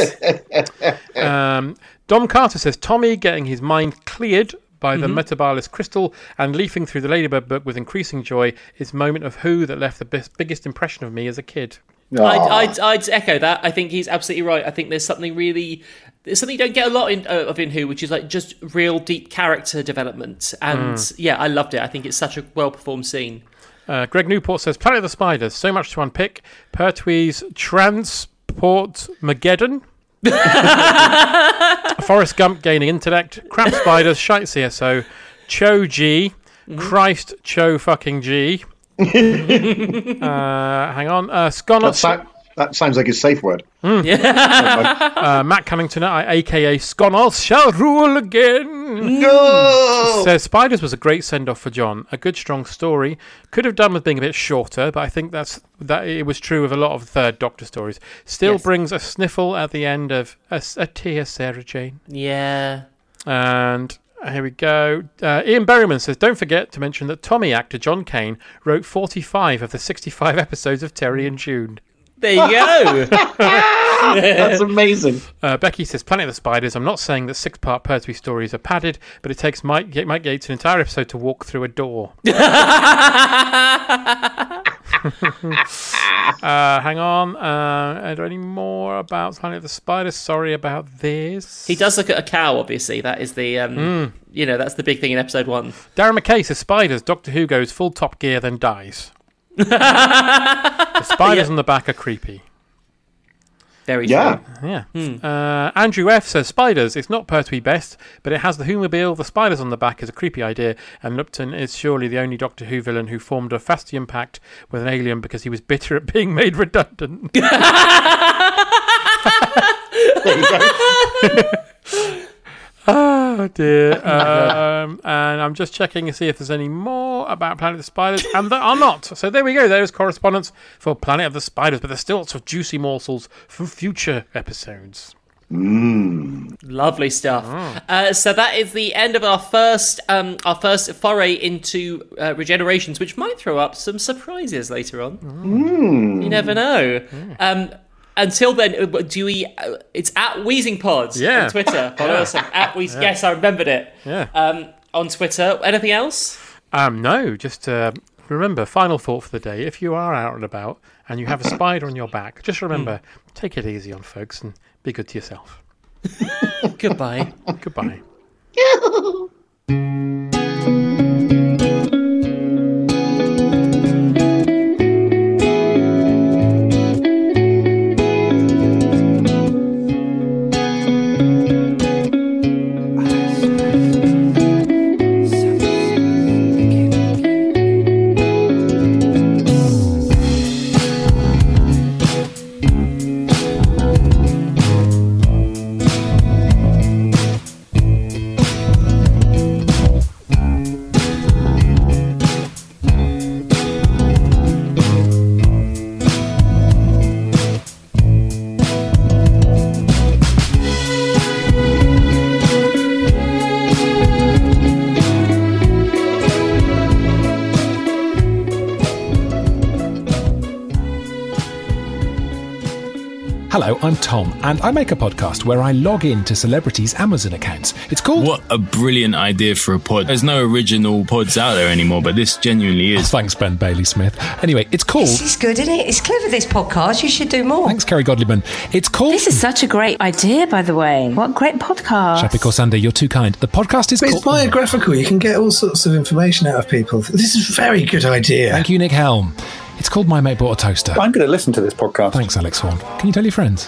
S4: Um, Dom Carter says Tommy getting his mind cleared by the Metabolus crystal and leafing through the Ladybird book with increasing joy is moment of Who that left the best, biggest impression of me as a kid.
S2: I'd, I'd, I'd echo that. I think he's absolutely right. I think there's something really, there's something you don't get a lot in, uh, of in Who, which is like just real deep character development. And yeah, I loved it. I think it's such a well performed scene.
S4: Uh, Greg Newport says Planet of the Spiders, so much to unpick. Pertwee's Transport Mageddon. [laughs] Forrest Gump gaining intellect, crap spiders, shite CSO, Cho G, Christ Cho fucking G. uh, hang on, uh, Scott,
S3: That, sa- that sounds like a safe word.
S4: uh, Matt Cummington, I- aka Sconos, shall rule again.
S3: No!
S4: Says Spiders was a great send off for John. A good, strong story. Could have done with being a bit shorter, but I think that's that it was true of a lot of Third Doctor stories. Still
S2: Yes.
S4: brings a sniffle at the end of a, s- a tear, Sarah Jane.
S2: Yeah.
S4: And here we go. Uh, Ian Berryman says, "Don't forget to mention that Tommy actor John Kane wrote 45 of the 65 [laughs] episodes of Terry and June."
S2: There
S3: [laughs]
S2: you go.
S3: That's amazing.
S4: Uh, Becky says, Planet of the Spiders. I'm not saying that six part Pertwee stories are padded, but it takes Mike, Ga- Mike Gates an entire episode to walk through a door.
S2: [laughs]
S4: uh, hang on. Uh, are there any more about Planet of the Spiders? Sorry about this.
S2: he does look at a cow, obviously. That is the, um,
S4: Hmm.
S2: you know, that's the big thing in episode one.
S4: Darren McKay says, Spiders. Doctor Who goes full top gear, then dies. the spiders on the back are creepy.
S2: Very
S3: Yeah.
S2: true.
S4: Yeah. Uh, Andrew F says spiders. It's not Pertwee best, but it has the Whomobile. The spiders on the back is a creepy idea, and Lupton is surely the only Doctor Who villain who formed a Fastium pact with an alien because he was bitter at being made redundant. oh dear. [laughs] Um, and I'm just checking to see if there's any more about Planet of the Spiders, and there are not. So there we go. There is correspondence for Planet of the Spiders, but there's still lots of juicy morsels from future episodes.
S2: Lovely stuff.
S4: Oh.
S2: Uh, so that is the end of our first um, our first foray into uh, regenerations, which might throw up some surprises later on.
S4: Hmm.
S2: You never know. Um, until then, uh, do we? Uh, it's at Wheezing Pods
S4: Yeah.
S2: on
S4: [laughs]
S2: Twitter. Follow us on at Wheezing. Yes, I remembered it.
S4: Yeah.
S2: Um, on Twitter. Anything else?
S4: Um, no, just uh, remember, final thought for the day. If you are out and about and you have a spider on your back, just remember, take it easy on folks and be good to yourself.
S2: Goodbye.
S4: Goodbye.
S7: Hello, I'm Tom, and I make a podcast where I log in to celebrities' Amazon accounts. It's called
S8: What a brilliant idea for a pod. There's no original pods out there anymore, but this genuinely
S7: Oh,
S8: is.
S7: Thanks, Ben Bailey Smith. Anyway, it's called.
S1: It's good, isn't it? It's clever, this podcast. You should do more.
S7: Thanks, Kerry Godleyman. It's called.
S5: This is such a great idea, by the way. What great podcast.
S7: Shapiko Sunday, you're too kind. The podcast is called.
S8: biographical. You can get all sorts of information out of people. This is a very good idea.
S7: Thank you, Nick Helm. It's called My Mate Bought a Toaster.
S8: I'm going to listen to this podcast.
S7: Thanks, Alex Horn. Can you tell your friends?